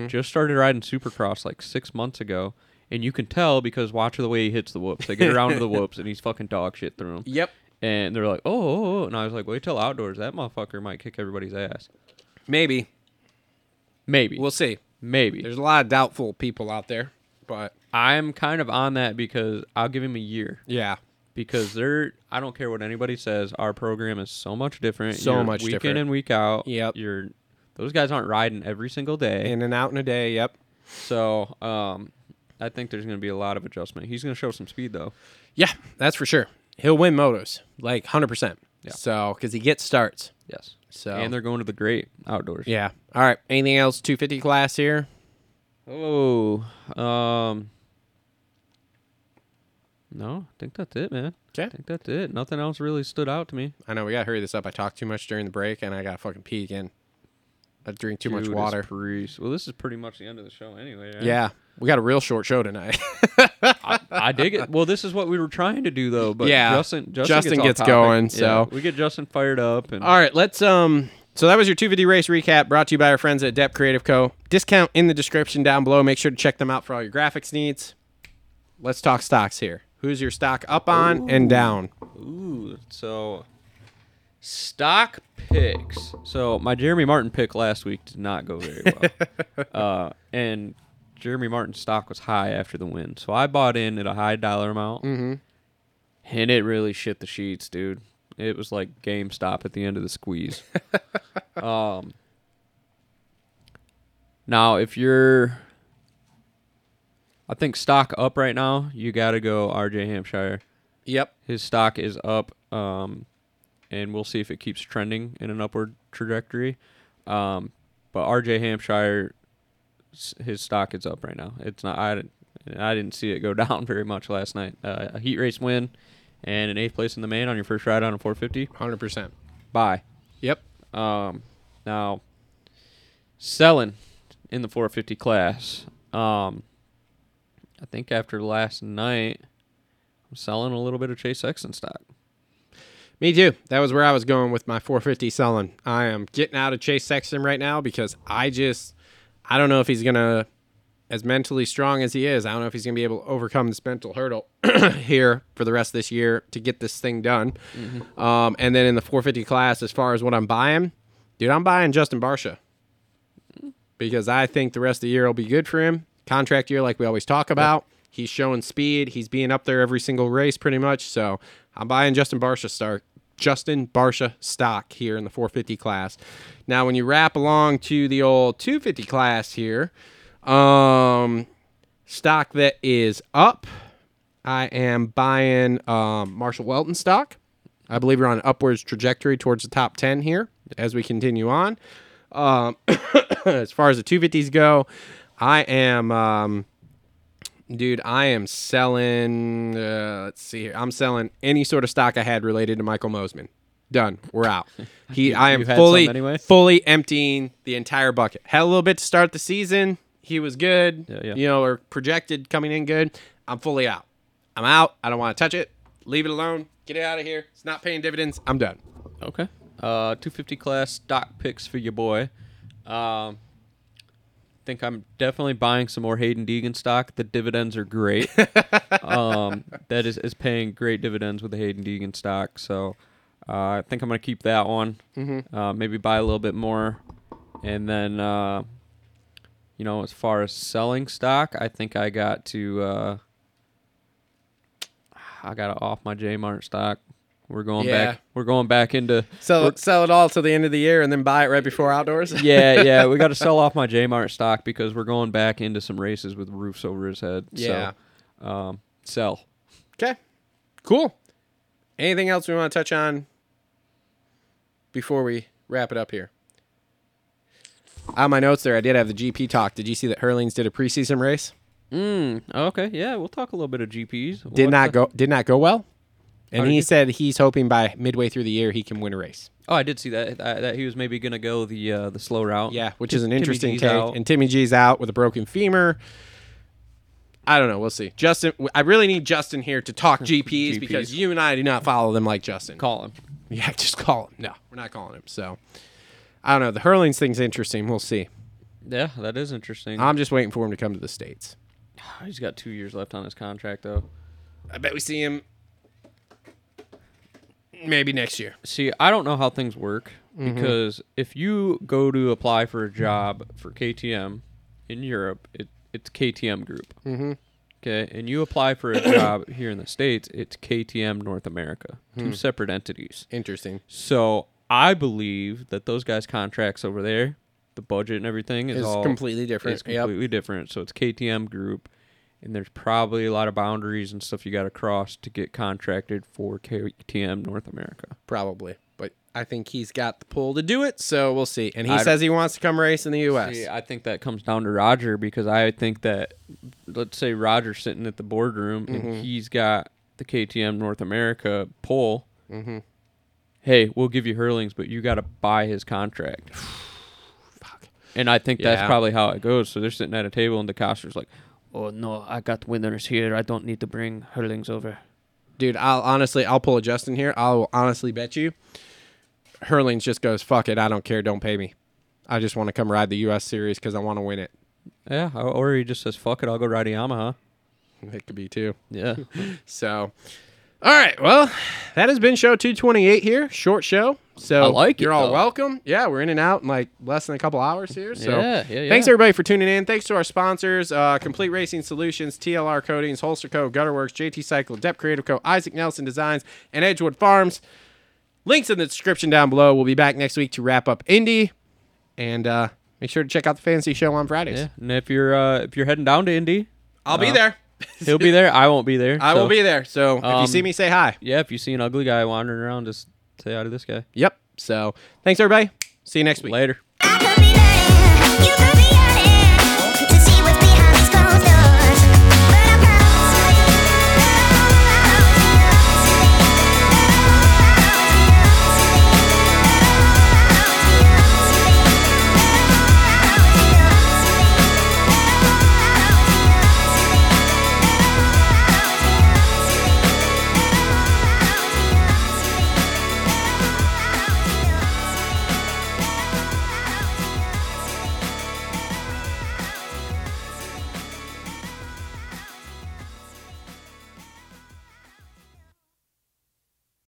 Just started riding Supercross like six months ago." And you can tell because watch the way he hits the whoops. They get around to the whoops, and he's fucking dog shit through them. Yep. And they're like, oh, oh, oh," and I was like, wait till outdoors. That motherfucker might kick everybody's ass. Maybe. Maybe. We'll see. maybe. There's a lot of doubtful people out there, but I'm kind of on that because I'll give him a year yeah. because they're. I don't care what anybody says. Our program is so much different. So You're much week different. in and week out. Yep. You're. Those guys aren't riding every single day. In and out in a day. Yep. so, um, I think there's going to be a lot of adjustment. He's going to show some speed though. Yeah, that's for sure. He'll win motos like 100%. So, because he gets starts. Yes. So- And they're going to the great outdoors. Yeah. All right. Anything else? 250 class here. Oh, um, no, I think that's it, man. 'Kay. I think that's it. Nothing else really stood out to me. I know we gotta hurry this up. I talked too much during the break, and I gotta fucking pee again. I drink too much Judas water. Priest. Well, this is pretty much the end of the show anyway. right? yeah, we got a real short show tonight. I dig it. Well, this is what we were trying to do though, but Yeah. Justin, Justin, Justin gets, off gets topic. going, Yeah, so- we get Justin fired up, and All right, let's um. So that was your 250 race recap brought to you by our friends at Depth Creative Co. Discount in the description down below. Make sure to check them out for all your graphics needs. Let's talk stocks here. Who's your stock up on and down? Ooh, so stock picks. So my Jeremy Martin pick last week did not go very well, uh, and Jeremy Martin's stock was high after the win. So I bought in at a high dollar amount, and it really shit the sheets, dude. It was like GameStop at the end of the squeeze. um, Now, if you're, I think stock up right now, you got to go RJ Hampshire. Yep. His stock is up, um, and we'll see if it keeps trending in an upward trajectory. Um, but RJ Hampshire, s- his stock is up right now. It's not. I didn't. I didn't see it go down very much last night. Uh, a heat race win, and an eighth place in the main on your first ride on a 450. 100%. Bye. Yep. Um, now, selling in the 450 class. Um, I think after last night, I'm selling a little bit of Chase Exxon stock. Me too. That was where I was going with my 450 selling. I am getting out of Chase Sexton right now because I just, I don't know if he's going to, as mentally strong as he is, I don't know if he's going to be able to overcome this mental hurdle here for the rest of this year to get this thing done. Um, and then in the 450 class, as far as what I'm buying, dude, I'm buying Justin Barsha because I think the rest of the year will be good for him. Contract year, like we always talk about. He's showing speed. He's being up there every single race, pretty much. So I'm buying Justin Barsha start Justin Barsha stock here in the 450 class. Now, when you wrap along to the old 250 class here, um, stock that is up. I am buying um, Marshall Welton stock. I believe we're on an upwards trajectory towards the top 10 here as we continue on Um, as far as the 250s go, I am, um, dude, I am selling. Uh, let's see here. I'm selling any sort of stock I had related to Michael Mosman. Done. We're out. He, I am you had fully, some anyway? fully emptying the entire bucket. Had a little bit to start the season. He was good. Yeah, yeah. You know, or projected coming in good. I'm fully out. I'm out. I don't want to touch it. Leave it alone. Get it out of here. It's not paying dividends. I'm done. Okay. Uh, 250 class stock picks for your boy. Um, think I'm definitely buying some more Hayden Deegan stock. The dividends are great. um, that is, is paying great dividends with the Hayden Deegan stock. So uh, I think I'm going to keep that one. Uh, maybe buy a little bit more. And then, uh, you know, as far as selling stock, I think I got to. Uh, I got to off my J Mart stock. We're going Yeah. back. We're going back into Sell, sell it all till the end of the year and then buy it right before outdoors. yeah, yeah. We got to sell off my J Mart stock because we're going back into some races with roofs over his head. Yeah. So, um, sell. Okay. Cool. Anything else we want to touch on before we wrap it up here? On my notes there, I did have the GP talk. Did you see that Hurlings did a preseason race? Okay. Yeah. We'll talk a little bit of GPs. Did not go did not go well. And did he you- said he's hoping by midway through the year he can win a race. Oh, I did see that. That, that he was maybe gonna go the uh, the slow route. Yeah, which Tim- is an Timmy interesting D's take. out. And Timmy G's out with a broken femur. I don't know. We'll see. Justin, I really need Justin here to talk GPs because GPs. you and I do not follow them like Justin. Call him. Yeah, just call him. No, we're not calling him. So I don't know. The hurlings thing's interesting. We'll see. Yeah, that is interesting. I'm just waiting for him to come to the states. He's got two years left on his contract though. I bet we see him maybe next year. See, I don't know how things work Mm-hmm. because if you go to apply for a job for KTM in Europe, it, it's KTM Group. Mm-hmm. Okay, and you apply for a job here in the states, it's KTM North America, Hmm. two separate entities. Interesting. So I believe that those guys' contracts over there, the budget and everything, is It's all completely different. It's Yep. completely different. So it's KTM Group, and there's probably a lot of boundaries and stuff you got to cross to get contracted for KTM North America. Probably. But I think he's got the pull to do it. So we'll see. And he I don't- says he wants to come race in the U.S. See, I think that comes down to Roger because I think that, let's say Roger's sitting at the boardroom and he's got the KTM North America pull. Hey, we'll give you Hurlings, but you got to buy his contract. And I think Yeah. that's probably how it goes. So they're sitting at a table and the coster's like, "Oh no, I got winners here. I don't need to bring Hurlings over." Dude, I'll honestly, I'll pull a Justin here. I'll honestly bet you Hurlings just goes, fuck it. I don't care. Don't pay me. I just want to come ride the U.S. series because I want to win it. Yeah, or he just says, "Fuck it, I'll go ride a Yamaha." It could be too. Yeah. So, all right. Well, that has been show 228 here. Short show. So, I like it, you're all though. welcome. Yeah, we're in and out in like less than a couple hours here. So, Yeah, yeah, thanks yeah. everybody for tuning in. Thanks to our sponsors uh, Complete Racing Solutions, TLR Coatings, Holster Co., Gutterworks, JT Cycle, Dep Creative Co., Isaac Nelson Designs, and Edgewood Farms. Links in the description down below. We'll be back next week to wrap up Indy. And uh, Make sure to check out the fantasy show on Fridays. Yeah, and if you're uh, if you're heading down to Indy, I'll be there. he'll be there. I won't be there. I will so- be there. So if you Um, see me, say hi. Yeah, if you see an ugly guy wandering around, just say hi to this guy. Yep. So thanks, everybody. See you next week. Later.